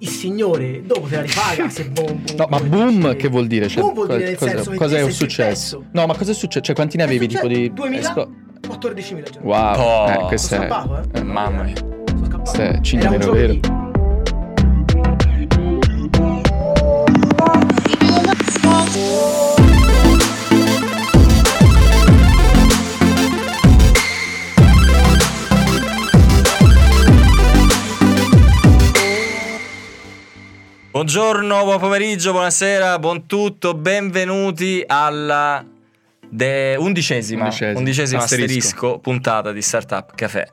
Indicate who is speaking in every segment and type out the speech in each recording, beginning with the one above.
Speaker 1: il signore dopo te la ripaga se boom, boom
Speaker 2: No, ma
Speaker 1: come
Speaker 2: boom
Speaker 1: dici.
Speaker 2: che vuol dire? Cioè,
Speaker 1: Boom vuol dire nel
Speaker 2: cosa,
Speaker 1: senso che
Speaker 2: cosa
Speaker 1: te
Speaker 2: è
Speaker 1: sei
Speaker 2: successo?
Speaker 1: successo.
Speaker 2: No, ma cosa è successo? Cioè, quanti ne avevi tipo di...
Speaker 1: 2000?
Speaker 2: esco-
Speaker 1: 14.000 giorni.
Speaker 2: Wow,
Speaker 3: Oh.
Speaker 2: eh, questo
Speaker 1: sono
Speaker 2: è...
Speaker 1: scappato, eh.
Speaker 2: eh,
Speaker 3: Mamma mia.
Speaker 1: Sono scappato.
Speaker 2: Sì,
Speaker 1: Era
Speaker 2: cinque
Speaker 1: un
Speaker 2: meno
Speaker 1: giovedì.
Speaker 3: Buongiorno, buon pomeriggio, buonasera, buon tutto, benvenuti alla de- undicesima,
Speaker 2: Undicesima,
Speaker 3: undicesima
Speaker 2: asterisco.
Speaker 3: asterisco. puntata di Startup Café.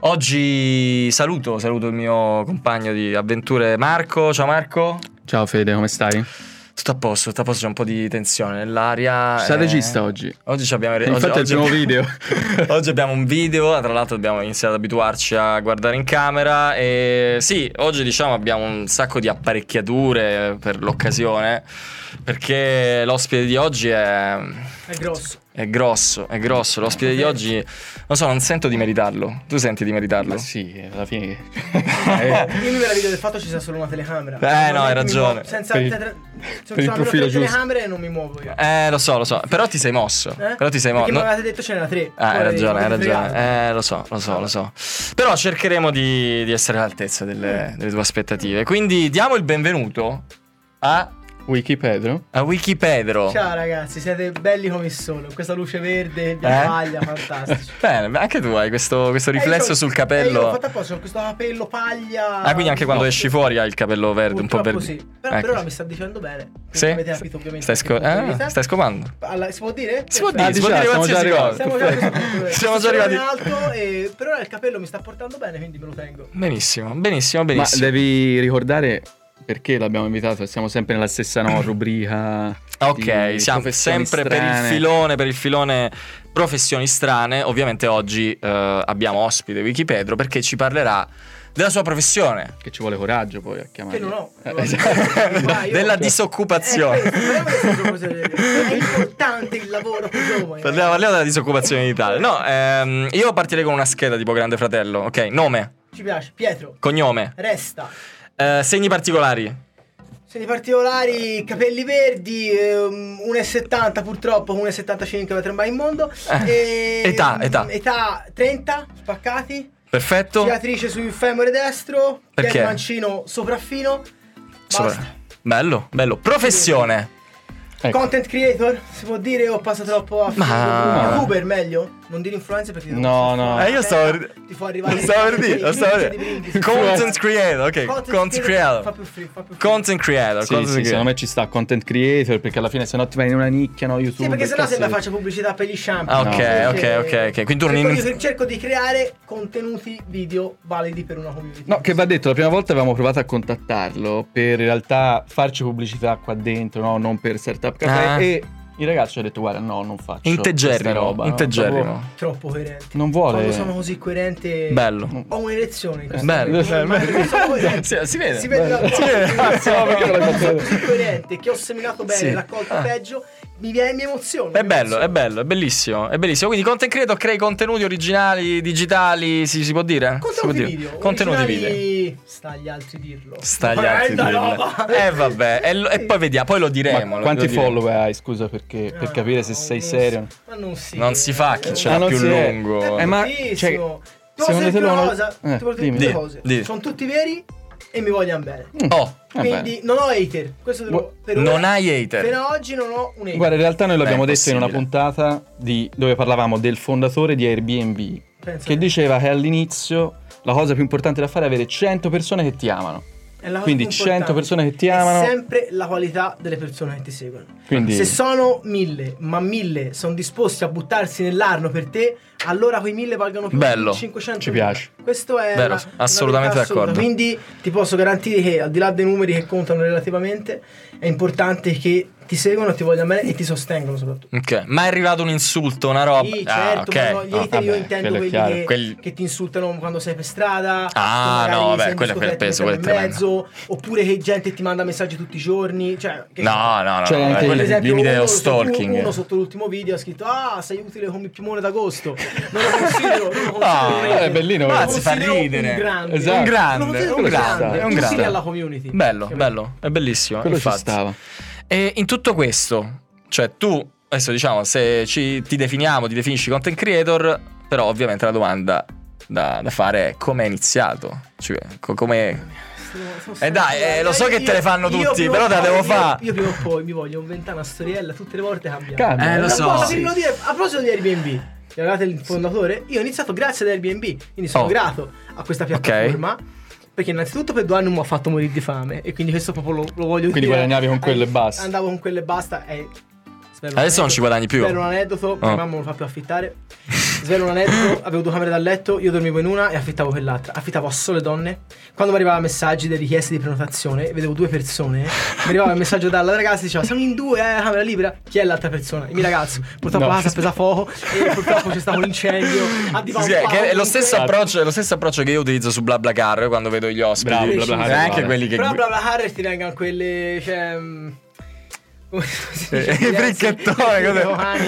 Speaker 3: Oggi saluto, saluto il mio compagno di avventure Marco, ciao Marco.
Speaker 2: Ciao Fede, come stai? C'è
Speaker 3: Tutto a posto, tutto a posto, c'è un po' di tensione nell'aria.
Speaker 2: il
Speaker 3: eh.
Speaker 2: regista Ah, oggi.
Speaker 3: Oggi ci abbiamo
Speaker 2: Infatti
Speaker 3: oggi-
Speaker 2: è il primo
Speaker 3: oggi-
Speaker 2: video.
Speaker 3: Oggi abbiamo un video, tra l'altro dobbiamo iniziare ad abituarci a guardare in camera e sì, oggi diciamo abbiamo un sacco di apparecchiature per l'occasione perché l'ospite di oggi è,
Speaker 1: È grosso.
Speaker 3: è grosso, è grosso, l'ospite di oggi non so, non sento di meritarlo, tu senti di meritarlo?
Speaker 2: Ma sì, alla fine...
Speaker 1: Eh,
Speaker 2: Eh,
Speaker 1: io mi meraviglio del fatto ci sia solo una telecamera.
Speaker 3: Eh, no, hai
Speaker 1: mi
Speaker 3: ragione.
Speaker 1: muovo. Senza
Speaker 2: Per il-
Speaker 1: te- se ci
Speaker 2: per il
Speaker 1: sono almeno
Speaker 2: profilo
Speaker 1: tre
Speaker 2: giusto.
Speaker 1: telecamere non mi muovo io.
Speaker 3: Eh, lo so, lo so, però ti sei mosso,
Speaker 1: Eh?
Speaker 3: però ti sei mosso.
Speaker 1: Perché
Speaker 3: No-
Speaker 1: mi avevate detto ce n'era
Speaker 2: Eh,
Speaker 1: tre.
Speaker 3: Ah, hai
Speaker 1: Poi
Speaker 3: ragione, hai
Speaker 1: mi avete fregato.
Speaker 3: ragione. Eh, lo so, lo so, lo so. Però cercheremo di, di essere all'altezza
Speaker 1: Mm.
Speaker 3: delle, delle tue aspettative. Quindi diamo il benvenuto a,
Speaker 2: Wiki Pedro.
Speaker 3: a Wikipedro.
Speaker 2: boh.
Speaker 1: Ciao ragazzi, siete belli come il sole, con questa luce verde,
Speaker 3: Eh?
Speaker 1: bianca, fantastici.
Speaker 3: Bene, beh, anche tu hai questo, questo
Speaker 1: Eh,
Speaker 3: riflesso
Speaker 1: io-
Speaker 3: sul
Speaker 1: eh, io l'ho
Speaker 3: capello.
Speaker 1: fatto apposta, ho questo capello paglia.
Speaker 3: Ah, quindi anche quando esci fuori hai il capello verde, un po'
Speaker 1: Purtroppo
Speaker 3: verde.
Speaker 1: Sì. Però,
Speaker 3: Ecco.
Speaker 1: però ora mi sta dicendo bene. quindi
Speaker 3: Sì?
Speaker 1: Avete capito ovviamente.
Speaker 3: Stai, sco-
Speaker 1: che punto di
Speaker 3: ah,
Speaker 1: vista.
Speaker 3: stai scopando.
Speaker 1: Alla- si può dire?
Speaker 3: Si può
Speaker 1: Perfetto.
Speaker 3: dire, si può
Speaker 2: già,
Speaker 3: dire
Speaker 2: siamo già
Speaker 3: qualsiasi
Speaker 2: arrivati.
Speaker 3: cosa.
Speaker 1: Siamo già, a questo punto, eh.
Speaker 3: Siamo già
Speaker 1: Sono
Speaker 3: arrivati.
Speaker 1: in alto e però il capello mi sta portando bene, quindi me lo tengo.
Speaker 3: Benissimo, benissimo,
Speaker 2: Ma
Speaker 3: benissimo.
Speaker 2: devi ricordare perché l'abbiamo invitato, siamo sempre nella stessa no, rubrica.
Speaker 3: Ok,
Speaker 2: di
Speaker 3: siamo
Speaker 2: professioni
Speaker 3: sempre per il
Speaker 2: strane.
Speaker 3: filone, per il filone professioni strane. Ovviamente oggi eh, abbiamo ospite Wikipedro perché ci parlerà della sua professione.
Speaker 2: Che ci vuole coraggio poi a chiamare.
Speaker 1: Che non ho.
Speaker 2: Eh,
Speaker 1: Ma io-
Speaker 3: esatto. della
Speaker 1: cioè,
Speaker 3: disoccupazione.
Speaker 1: eh, questo, però sono cose- è importante il lavoro per i giovani.
Speaker 3: Parliamo, parliamo della disoccupazione in Italia. No, ehm, io partirei con una scheda tipo Grande Fratello. Ok, nome,
Speaker 1: eh. Ci piace. Pietro,
Speaker 3: cognome,
Speaker 1: resta.
Speaker 3: eh, segni particolari.
Speaker 1: Segni particolari, capelli verdi, ehm, 1,70 purtroppo, 1,75 per ormai in mondo. E-
Speaker 3: Eh,
Speaker 1: ehm,
Speaker 3: Età, età.
Speaker 1: Età 30, spaccati.
Speaker 3: Perfetto.
Speaker 1: Cicatrice sul femore destro,
Speaker 3: Perché?
Speaker 1: piede mancino sopraffino.
Speaker 3: Sopra.
Speaker 1: Basta.
Speaker 3: Bello, bello. Professione.
Speaker 2: Ecco.
Speaker 1: Content creator, si può dire o passa troppo a
Speaker 3: Ma-
Speaker 1: youtuber meglio? Non dire influencer perché ti
Speaker 2: No,
Speaker 1: fa-
Speaker 2: no.
Speaker 3: Eh, io stavo
Speaker 1: Aspetta,
Speaker 3: per-
Speaker 1: ti fa arrivare
Speaker 3: lo stavo per dire,
Speaker 1: i
Speaker 3: lo stavo per
Speaker 1: brividi,
Speaker 3: dire.
Speaker 1: i brividi.
Speaker 3: Content creator, ok, content creator.
Speaker 1: Fa più free, fa più free.
Speaker 3: Content creator.
Speaker 2: Sì,
Speaker 3: content
Speaker 2: sì,
Speaker 3: creator.
Speaker 2: secondo me ci sta content creator perché alla fine se no ti vai in una nicchia, no, YouTube.
Speaker 1: Sì, perché sennò
Speaker 2: cazzo
Speaker 1: sembra
Speaker 2: di-
Speaker 1: faccio pubblicità per gli shampoo.
Speaker 3: Ah,
Speaker 2: No.
Speaker 3: ok,
Speaker 1: Perché-
Speaker 3: ok, ok, ok. Quindi tu non
Speaker 1: cerco,
Speaker 3: in-
Speaker 1: di, cerco di creare contenuti video validi per una community.
Speaker 2: No, che va detto, la prima volta avevamo provato a contattarlo per in realtà farci pubblicità qua dentro, no, non per Startup Café
Speaker 3: Ah.
Speaker 2: e il ragazzo ha detto "Guarda, no, non faccio questa
Speaker 3: Integerrimo,
Speaker 2: roba". no, proprio
Speaker 3: integerrimo.
Speaker 1: Troppo coerente.
Speaker 2: Non vuole.
Speaker 1: Quando sono così coerente.
Speaker 3: Bello.
Speaker 2: No.
Speaker 1: Ho un'elezione in questo
Speaker 3: Bello.
Speaker 1: momento.
Speaker 3: Bello.
Speaker 1: Sono coerente.
Speaker 2: eh,
Speaker 3: Si, si vede.
Speaker 1: Si vede la
Speaker 3: Si
Speaker 2: No,
Speaker 3: vede.
Speaker 2: perché non l'hai fatto
Speaker 1: sono
Speaker 2: vedere?
Speaker 1: così coerente che ho seminato bene,
Speaker 3: Sì.
Speaker 1: raccolto
Speaker 3: Ah.
Speaker 1: peggio, mi, viene, mi emoziona.
Speaker 3: È
Speaker 1: mi
Speaker 3: bello,
Speaker 1: emoziona.
Speaker 3: è bello, è bellissimo, è bellissimo. Quindi content creator crei contenuti originali, digitali, si, si può dire? si può
Speaker 1: Contenuti
Speaker 3: dire.
Speaker 1: video.
Speaker 3: Contenuti
Speaker 1: originali-
Speaker 3: video.
Speaker 1: Sta agli altri dirlo.
Speaker 3: Sta agli altri
Speaker 1: Guarda,
Speaker 3: dirlo.
Speaker 1: roba.
Speaker 3: Eh vabbè, e, lo- e poi vediamo, poi lo diremo.
Speaker 2: Ma
Speaker 3: lo-
Speaker 2: quanti
Speaker 3: lo diremo.
Speaker 2: follower hai, scusa, perché per
Speaker 1: No,
Speaker 2: capire se sei
Speaker 1: non
Speaker 2: serio.
Speaker 1: si- Ma non si.
Speaker 3: Non si fa chi ce
Speaker 2: Ah,
Speaker 3: l'ha
Speaker 2: non
Speaker 3: più
Speaker 2: si è.
Speaker 3: lungo.
Speaker 2: Eh, ma- cioè,
Speaker 1: Bellissimo.
Speaker 2: secondo te
Speaker 1: Secondo te
Speaker 2: lo-
Speaker 1: una cosa,
Speaker 2: eh,
Speaker 1: ti voglio
Speaker 2: dimmi. Mm.
Speaker 1: dire due
Speaker 3: Di-
Speaker 1: cose.
Speaker 3: di-
Speaker 1: Sono tutti veri e mi vogliono bene.
Speaker 3: Oh,
Speaker 2: Va
Speaker 1: Quindi non ho hater. Questo te lo,
Speaker 2: Bu-
Speaker 1: per ora-
Speaker 3: non hai hater.
Speaker 1: Per oggi non ho un hater.
Speaker 2: cioè, Guarda, in realtà noi l'abbiamo
Speaker 3: Beh,
Speaker 2: detto in una
Speaker 3: possibile.
Speaker 2: puntata di- dove parlavamo del fondatore di Airbnb,
Speaker 1: Pensa
Speaker 2: che
Speaker 1: te.
Speaker 2: diceva che all'inizio la cosa più importante da fare è avere 100 persone che ti amano.
Speaker 1: È la cosa
Speaker 2: Quindi
Speaker 1: più
Speaker 2: 100
Speaker 1: importante.
Speaker 2: persone che ti
Speaker 1: È
Speaker 2: amano.
Speaker 1: sempre la qualità delle persone che ti seguono.
Speaker 2: Quindi
Speaker 1: Se sono mille, ma mille sono disposti a buttarsi nell'arno per te, allora quei mille valgono più
Speaker 3: Bello.
Speaker 1: di 500.
Speaker 2: Ci piace.
Speaker 1: Questo è
Speaker 3: Vero,
Speaker 1: una- una
Speaker 3: assolutamente
Speaker 1: verità assoluta.
Speaker 3: d'accordo.
Speaker 1: Quindi ti posso garantire che al di là dei numeri che contano relativamente, è importante che ti seguono, ti vogliono bene e ti sostengono soprattutto.
Speaker 3: Ok, ma è arrivato un insulto, una roba.
Speaker 1: Sì,
Speaker 3: ah,
Speaker 1: certo,
Speaker 3: ok.
Speaker 1: però gli
Speaker 2: Ah,
Speaker 1: hater io
Speaker 2: vabbè,
Speaker 1: intendo
Speaker 2: quello è
Speaker 1: quelli
Speaker 2: chiaro.
Speaker 1: che,
Speaker 3: Quelli-
Speaker 1: che ti insultano quando sei per strada.
Speaker 3: Ah,
Speaker 1: che magari
Speaker 3: no, vabbè,
Speaker 1: sei in
Speaker 3: quello- quello
Speaker 1: discoteca,
Speaker 3: è peso,
Speaker 1: ti
Speaker 3: quello è
Speaker 1: mettono in mezzo, oppure che gente ti manda messaggi tutti i giorni. Cioè, che
Speaker 3: No, no, no,
Speaker 2: Cioè,
Speaker 3: no,
Speaker 2: anche-
Speaker 3: eh,
Speaker 1: Per
Speaker 3: quello è il
Speaker 1: esempio,
Speaker 3: limite dello
Speaker 1: uno sotto-
Speaker 3: stalking.
Speaker 1: uno sotto l'ultimo video ha scritto: Ah, sei utile come il piumone d'agosto. Non lo considero. Non lo
Speaker 3: Ah,
Speaker 1: considero
Speaker 2: è bellino,
Speaker 1: Non lo
Speaker 2: eh.
Speaker 3: Anzi, Ah, fa
Speaker 1: considero
Speaker 3: ridere.
Speaker 1: Un grande.
Speaker 2: Esatto.
Speaker 3: Un grande,
Speaker 1: Non lo considero
Speaker 3: un grande,
Speaker 2: è un
Speaker 1: Un
Speaker 2: grande.
Speaker 1: consigli alla community.
Speaker 3: Bello,
Speaker 1: Che
Speaker 3: bello, è bellissimo.
Speaker 2: Quello ci
Speaker 3: infatti.
Speaker 2: stava.
Speaker 3: E in tutto questo, cioè tu, adesso diciamo, se ci- ti definiamo, ti definisci content creator, però ovviamente la domanda da, da fare è come è iniziato? Cioè, co- come...
Speaker 1: Sono- sono
Speaker 3: Eh dai,
Speaker 1: stato-
Speaker 3: eh, lo so che te le fanno
Speaker 1: io
Speaker 3: tutti,
Speaker 1: prima
Speaker 3: però
Speaker 1: o
Speaker 3: te la
Speaker 1: poi-
Speaker 3: devo
Speaker 1: io-
Speaker 3: fa.
Speaker 1: Io prima o poi mi voglio inventare una storiella tutte le volte cambiare.
Speaker 2: Cambia,
Speaker 3: Eh, lo
Speaker 1: Una
Speaker 3: so.
Speaker 1: cosa
Speaker 3: sì.
Speaker 1: che volevo dire, a proposito di Airbnb, che avevate il fondatore, io ho iniziato grazie ad Airbnb, quindi sono
Speaker 3: Oh.
Speaker 1: grato a questa piattaforma. Perché innanzitutto per due anni mi ha fatto morire di fame e quindi questo proprio lo, lo voglio dire. Eh,
Speaker 2: Quindi guadagnavi con quello e basta.
Speaker 1: Andavo con quello e basta e... svelo un
Speaker 3: Adesso non ci guadagni più.
Speaker 1: Svelo un aneddoto,
Speaker 3: Oh.
Speaker 1: mia mamma non lo fa più affittare. Svelo un aneddoto, avevo due camere da letto, io dormivo in una e affittavo quell'altra. Affittavo a sole donne. Quando mi arrivavano messaggi delle richieste di prenotazione, vedevo due persone, mi arrivava il messaggio dalla ragazza diceva siamo in due, eh, la camera libera. Chi è l'altra persona? Il mio ragazzo. Purtroppo
Speaker 2: No.
Speaker 1: la casa ha pesa fuoco e purtroppo c'è stato un incendio. Ha
Speaker 3: Sì, sì, che è, lo stesso
Speaker 1: Esatto.
Speaker 3: approccio, è lo stesso approccio che io utilizzo su BlaBlaCar quando vedo gli ospiti.
Speaker 2: Bravo,
Speaker 1: BlaBlaCar,
Speaker 3: E anche
Speaker 2: guarda.
Speaker 3: quelli che...
Speaker 1: Però bla bla Harris ti vengono quelle. Cioè. mm, Come si
Speaker 3: Eh,
Speaker 1: dice?
Speaker 3: i bricchettoni, cos'è?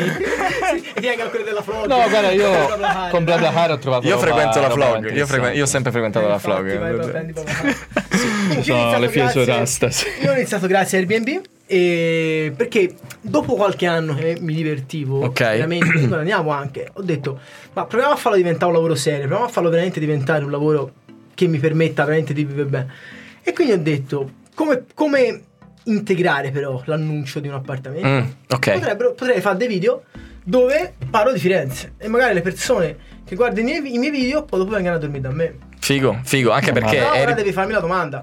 Speaker 1: E ti vengono quelle della Flog.
Speaker 2: No, guarda, io
Speaker 1: BlaBlaCar.
Speaker 2: con BlaBlaCar ho trovato
Speaker 3: Io
Speaker 2: roba-
Speaker 3: frequento la
Speaker 2: roba
Speaker 3: Flog, io,
Speaker 2: interessante.
Speaker 3: frequen- io ho sempre frequentato
Speaker 1: Eh,
Speaker 3: la
Speaker 1: infatti, vai, vai,
Speaker 3: Flog.
Speaker 1: prendi BlaBlaCar. Sì. Comunque, io ho
Speaker 2: Sono
Speaker 1: iniziato
Speaker 2: le fie
Speaker 1: grazie-
Speaker 2: sorasta, sì.
Speaker 1: Io ho iniziato grazie a Airbnb. E perché dopo qualche anno che mi divertivo,
Speaker 3: Ok.
Speaker 1: veramente guadagniamo anche, ho detto ma proviamo a farlo diventare un lavoro serio, proviamo a farlo veramente diventare un lavoro che mi permetta veramente di vivere bene. E quindi ho detto come, come integrare però l'annuncio di un appartamento?
Speaker 3: Mm, ok.
Speaker 1: Potrebbero- potrei fare dei video dove parlo di Firenze e magari le persone che guardano i miei, i miei video poi dopo vengono a dormire da me.
Speaker 3: Figo, figo, anche
Speaker 2: No, ma-
Speaker 3: perché...
Speaker 1: Però ora
Speaker 3: eri-
Speaker 1: devi farmi la domanda.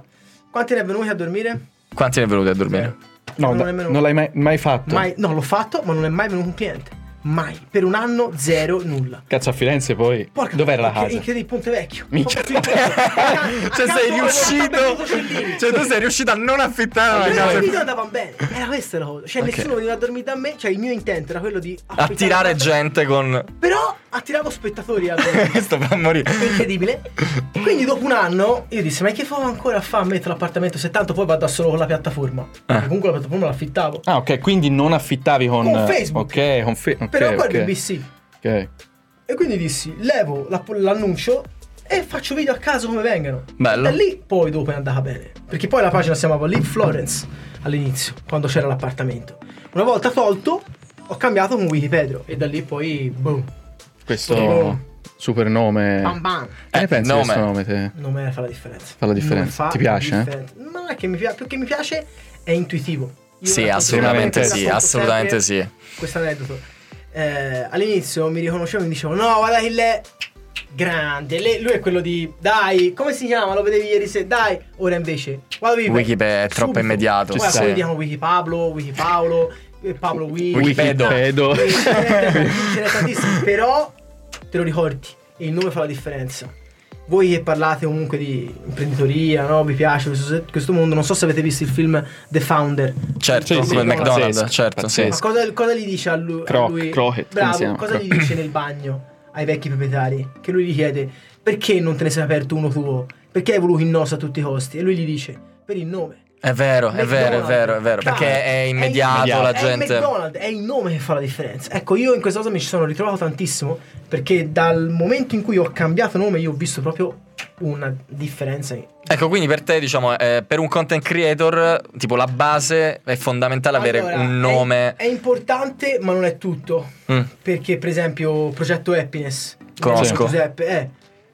Speaker 1: Quanti ne è venuti a dormire?
Speaker 3: Quanti ne è venuti a dormire?
Speaker 1: Eh.
Speaker 2: No,
Speaker 1: Non
Speaker 2: da-
Speaker 1: è nemmeno-
Speaker 2: non l'hai mai, mai fatto.
Speaker 1: Mai, no, l'ho fatto, ma non è mai venuto un cliente. Mai. Per un anno, zero, nulla.
Speaker 2: Cazzo a Firenze poi.
Speaker 1: Porca
Speaker 2: Dov'era la
Speaker 1: porca-
Speaker 2: casa?
Speaker 1: Incredibile, Ponte Vecchio.
Speaker 2: Minchia.
Speaker 1: Proprio qui in mezzo. Accanto-
Speaker 3: cioè sei
Speaker 1: accanto alla porta
Speaker 3: riuscito
Speaker 1: Cellini.
Speaker 3: cioè tu sei riuscito a non affittare una
Speaker 1: Però i video
Speaker 3: casa
Speaker 1: andavano bene. Era questa la cosa. Cioè,
Speaker 3: Ok.
Speaker 1: nessuno veniva a dormire da me. Cioè, il mio intento era quello di
Speaker 3: attirare
Speaker 1: gente
Speaker 3: gente con
Speaker 1: Però attiravo spettatori a me.
Speaker 3: sto per morire
Speaker 1: incredibile. Quindi dopo un anno io dissi: Ma che fa ancora a fare a mettere l'appartamento se tanto poi vado da solo con la piattaforma?
Speaker 3: Ah.
Speaker 1: Perché Comunque la piattaforma l'affittavo.
Speaker 2: Ah, ok, quindi non affittavi con,
Speaker 1: Con Facebook.
Speaker 2: Ok, con Facebook.
Speaker 1: Però poi
Speaker 2: ok.
Speaker 1: BBC.
Speaker 2: ok.
Speaker 1: E quindi dissi: Levo la- l'annuncio e faccio video a caso come vengano.
Speaker 3: Bello.
Speaker 1: E lì poi dopo è andata bene. Perché poi la pagina si chiamava Live Florence all'inizio, quando c'era l'appartamento. Una volta tolto, ho cambiato con Wikipedia. E da lì poi boom.
Speaker 2: Questo
Speaker 1: Tipo-
Speaker 2: super nome.
Speaker 1: Bam bam.
Speaker 2: Che ne
Speaker 3: Eh,
Speaker 2: pensi di questo
Speaker 3: nome.
Speaker 2: nome te?
Speaker 1: Non me ne fa la differenza.
Speaker 2: Fa la
Speaker 1: Non
Speaker 2: differenza. Ti piace, eh?
Speaker 1: differenza. Non è che mi piace, più che mi piace è intuitivo. Io
Speaker 3: sì
Speaker 1: racconto-
Speaker 3: assolutamente
Speaker 1: racconto
Speaker 3: sì
Speaker 1: sempre
Speaker 3: assolutamente sì
Speaker 1: Questo aneddoto. Eh, all'inizio mi riconoscevo e mi dicevo no guarda che lei grande, lei- lui è quello di dai come si chiama lo vedevi ieri se dai ora invece guarda Wikipedia
Speaker 3: Wikipedia è troppo
Speaker 1: Subito.
Speaker 3: immediato,
Speaker 1: Guarda,
Speaker 2: ci
Speaker 1: poi
Speaker 2: sta.
Speaker 1: vediamo Wiki Pablo Wiki Paolo eh, Pablo Wiki
Speaker 3: Wikipedo.
Speaker 2: Wikipedo.
Speaker 1: Eh, ce n'è- ce n'è tantissimi, però te lo ricordi e il nome fa la differenza. Voi che parlate comunque di imprenditoria, no? Vi piace questo, questo mondo. Non so se avete visto il film The Founder.
Speaker 2: Sì,
Speaker 3: certo
Speaker 2: sì,
Speaker 3: come il
Speaker 2: pazzesco,
Speaker 3: McDonald's certo sì
Speaker 1: Ma cosa, cosa gli dice a lui? a
Speaker 2: Croc-
Speaker 1: lui-
Speaker 2: Crockett, come si
Speaker 1: bravo,
Speaker 2: chiama?
Speaker 1: cosa
Speaker 2: Croc-
Speaker 1: gli dice nel bagno ai vecchi proprietari? Che lui gli chiede perché non te ne sei aperto uno tuo? Perché hai voluto il nostro a tutti i costi? E lui gli dice per il nome.
Speaker 3: è vero è vero è
Speaker 1: McDonald's.
Speaker 3: vero è vero
Speaker 1: Dai,
Speaker 3: perché è immediato
Speaker 2: immediato.
Speaker 3: la
Speaker 1: è il
Speaker 3: gente
Speaker 1: McDonald's, è il nome che fa la differenza. Ecco, io in questa cosa mi ci sono ritrovato tantissimo perché dal momento in cui ho cambiato nome io ho visto proprio una differenza.
Speaker 3: ecco quindi per te diciamo eh, per un content creator tipo la base è fondamentale avere
Speaker 1: Allora,
Speaker 3: un nome
Speaker 1: È, è importante, ma non è tutto.
Speaker 3: Mm,
Speaker 1: Perché per esempio Progetto Happiness.
Speaker 3: Conosco.
Speaker 1: Giuseppe, eh,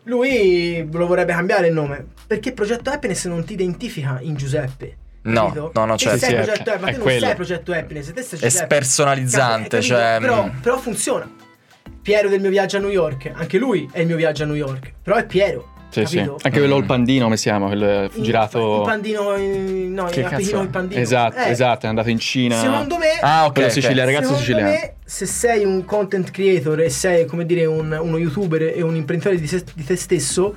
Speaker 1: lui lo vorrebbe cambiare il nome perché Progetto Happiness non ti identifica in Giuseppe.
Speaker 3: No,
Speaker 1: capito?
Speaker 3: no, no,
Speaker 1: Te
Speaker 3: certo.
Speaker 1: sei
Speaker 2: Sì, sì,
Speaker 1: Progetto
Speaker 2: è-
Speaker 1: Happiness, ma
Speaker 2: è
Speaker 1: tu non
Speaker 2: quello.
Speaker 1: sei Progetto Happiness, te sei
Speaker 3: è
Speaker 1: Giuseppe.
Speaker 3: spersonalizzante
Speaker 1: Capito?
Speaker 3: cioè
Speaker 1: però,
Speaker 3: mm,
Speaker 1: però funziona. Piero del mio viaggio a New York, anche lui è il mio viaggio a New York, però è Piero.
Speaker 2: Sì, sì.
Speaker 1: capito?
Speaker 2: Anche quello il
Speaker 3: Mm.
Speaker 2: pandino, come si chiama? Quel eh,
Speaker 1: In-
Speaker 2: girato.
Speaker 1: Il pandino, in- no,
Speaker 3: Che
Speaker 1: in
Speaker 3: cazzo
Speaker 1: Appennino
Speaker 3: è?
Speaker 1: il pandino.
Speaker 2: Esatto,
Speaker 1: Eh,
Speaker 2: esatto, è andato in Cina.
Speaker 1: Secondo me,
Speaker 3: ah ok,
Speaker 2: Quello
Speaker 3: ok.
Speaker 2: siciliano, ragazzo
Speaker 1: secondo
Speaker 2: siciliano.
Speaker 1: me, se sei un content creator e sei, come dire, un- uno youtuber e un imprenditore di, se- di te stesso,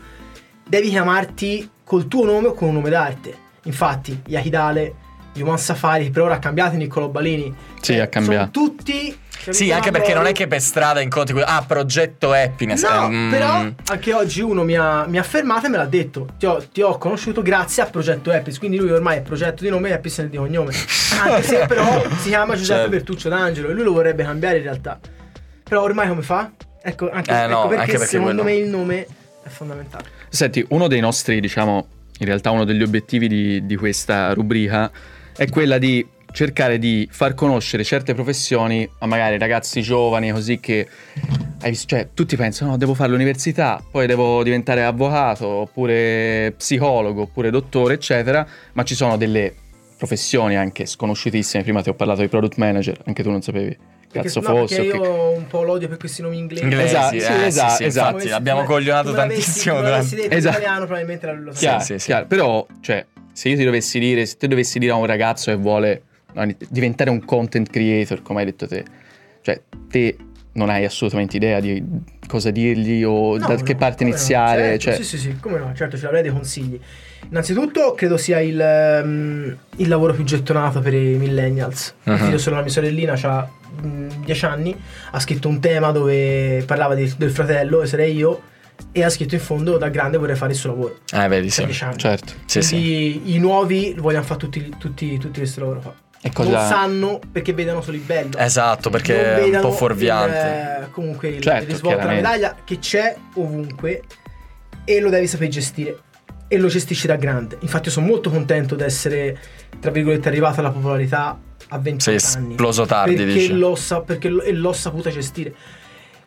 Speaker 1: devi chiamarti col tuo nome o con un nome d'arte. Infatti, Yakidale, Human Safari, che per ora ha cambiato Niccolo Balini. Eh,
Speaker 2: Sì, ha cambiato.
Speaker 1: Sono tutti... capito,
Speaker 3: Sì, anche perché non è
Speaker 1: Mauro?
Speaker 3: che per strada incontri quello. Ah, progetto happiness.
Speaker 1: No,
Speaker 3: eh, mm.
Speaker 1: però anche oggi uno mi ha, mi ha fermato e me l'ha detto. Ti ho, ti ho conosciuto grazie a Progetto Epis. Quindi lui ormai è progetto di nome e Epis è di cognome. Anche se però si chiama Giuseppe
Speaker 3: Certo.
Speaker 1: Bertuccio d'Angelo e lui lo vorrebbe cambiare in realtà. Però ormai come fa? Ecco, anche,
Speaker 3: Eh,
Speaker 1: ecco
Speaker 3: no,
Speaker 1: perché,
Speaker 3: anche perché
Speaker 1: secondo
Speaker 3: quello-
Speaker 1: me il nome è fondamentale.
Speaker 2: Senti, uno dei nostri, diciamo, in realtà uno degli obiettivi di, di questa rubrica è quella di cercare di far conoscere certe professioni a magari ragazzi giovani, così che hai visto- cioè, tutti pensano, no, devo fare l'università, poi devo diventare avvocato, oppure psicologo, oppure dottore, eccetera, ma ci sono delle professioni anche sconosciutissime, prima ti ho parlato di product manager, anche tu non sapevi
Speaker 1: Perché,
Speaker 2: cazzo
Speaker 1: no,
Speaker 2: fosse
Speaker 1: perché
Speaker 2: o che
Speaker 1: io ho un po' l'odio per questi nomi inglesi.
Speaker 3: Inglesi,
Speaker 2: Esatto,
Speaker 3: eh,
Speaker 2: sì,
Speaker 3: sì,
Speaker 2: esatto,
Speaker 3: sì,
Speaker 2: esatto.
Speaker 3: infatti, l'abbiamo coglionato tantissimo durante-
Speaker 1: Esatto.
Speaker 2: Esatto.
Speaker 1: italiano probabilmente la- lo
Speaker 2: Chiaro,
Speaker 1: sapevi.
Speaker 3: Sì, sì, sì.
Speaker 2: chiaro. Però, cioè, se io ti dovessi dire, se te dovessi dire a un ragazzo che vuole no, diventare un content creator, come hai detto te, cioè, te non hai assolutamente idea di cosa dirgli o
Speaker 1: No,
Speaker 2: da
Speaker 1: no,
Speaker 2: che parte
Speaker 1: come no, certo,
Speaker 2: iniziare. cioè,
Speaker 1: Sì, sì, sì, come no, certo, ce l'avrei dei consigli. Innanzitutto credo sia il, ehm, il lavoro più gettonato per i millennials.
Speaker 3: Mhm.
Speaker 1: Infatti, io sono la mia sorellina, ha 10 anni, ha scritto un tema dove parlava di- del fratello, e sarei io, e ha scritto in fondo da grande vorrei fare il suo lavoro.
Speaker 3: Eh, vedi, sì.
Speaker 1: Per 10 anni.
Speaker 2: certo.
Speaker 3: Sì, sì.
Speaker 1: Quindi i nuovi vogliono fare tutti, tutti, tutti questo lavoro qua.
Speaker 2: E
Speaker 1: Non
Speaker 2: cosa... Eh,
Speaker 1: sanno perché vedono solo il bello.
Speaker 3: Esatto,
Speaker 1: Non
Speaker 3: perché è un
Speaker 1: vedano
Speaker 3: po' fuorviante.
Speaker 1: il, eh, comunque il,
Speaker 2: Certo,
Speaker 1: il risvolto della
Speaker 2: chiaramente.
Speaker 1: medaglia che c'è ovunque e lo devi saper gestire e lo gestisci da grande. Infatti io sono molto contento di essere tra virgolette arrivato alla popolarità a 20
Speaker 3: Sei
Speaker 1: anni
Speaker 3: esploso tardi,
Speaker 1: perché,
Speaker 3: dici.
Speaker 1: l'ho, sa- perché l'ho- e l'ho saputa gestire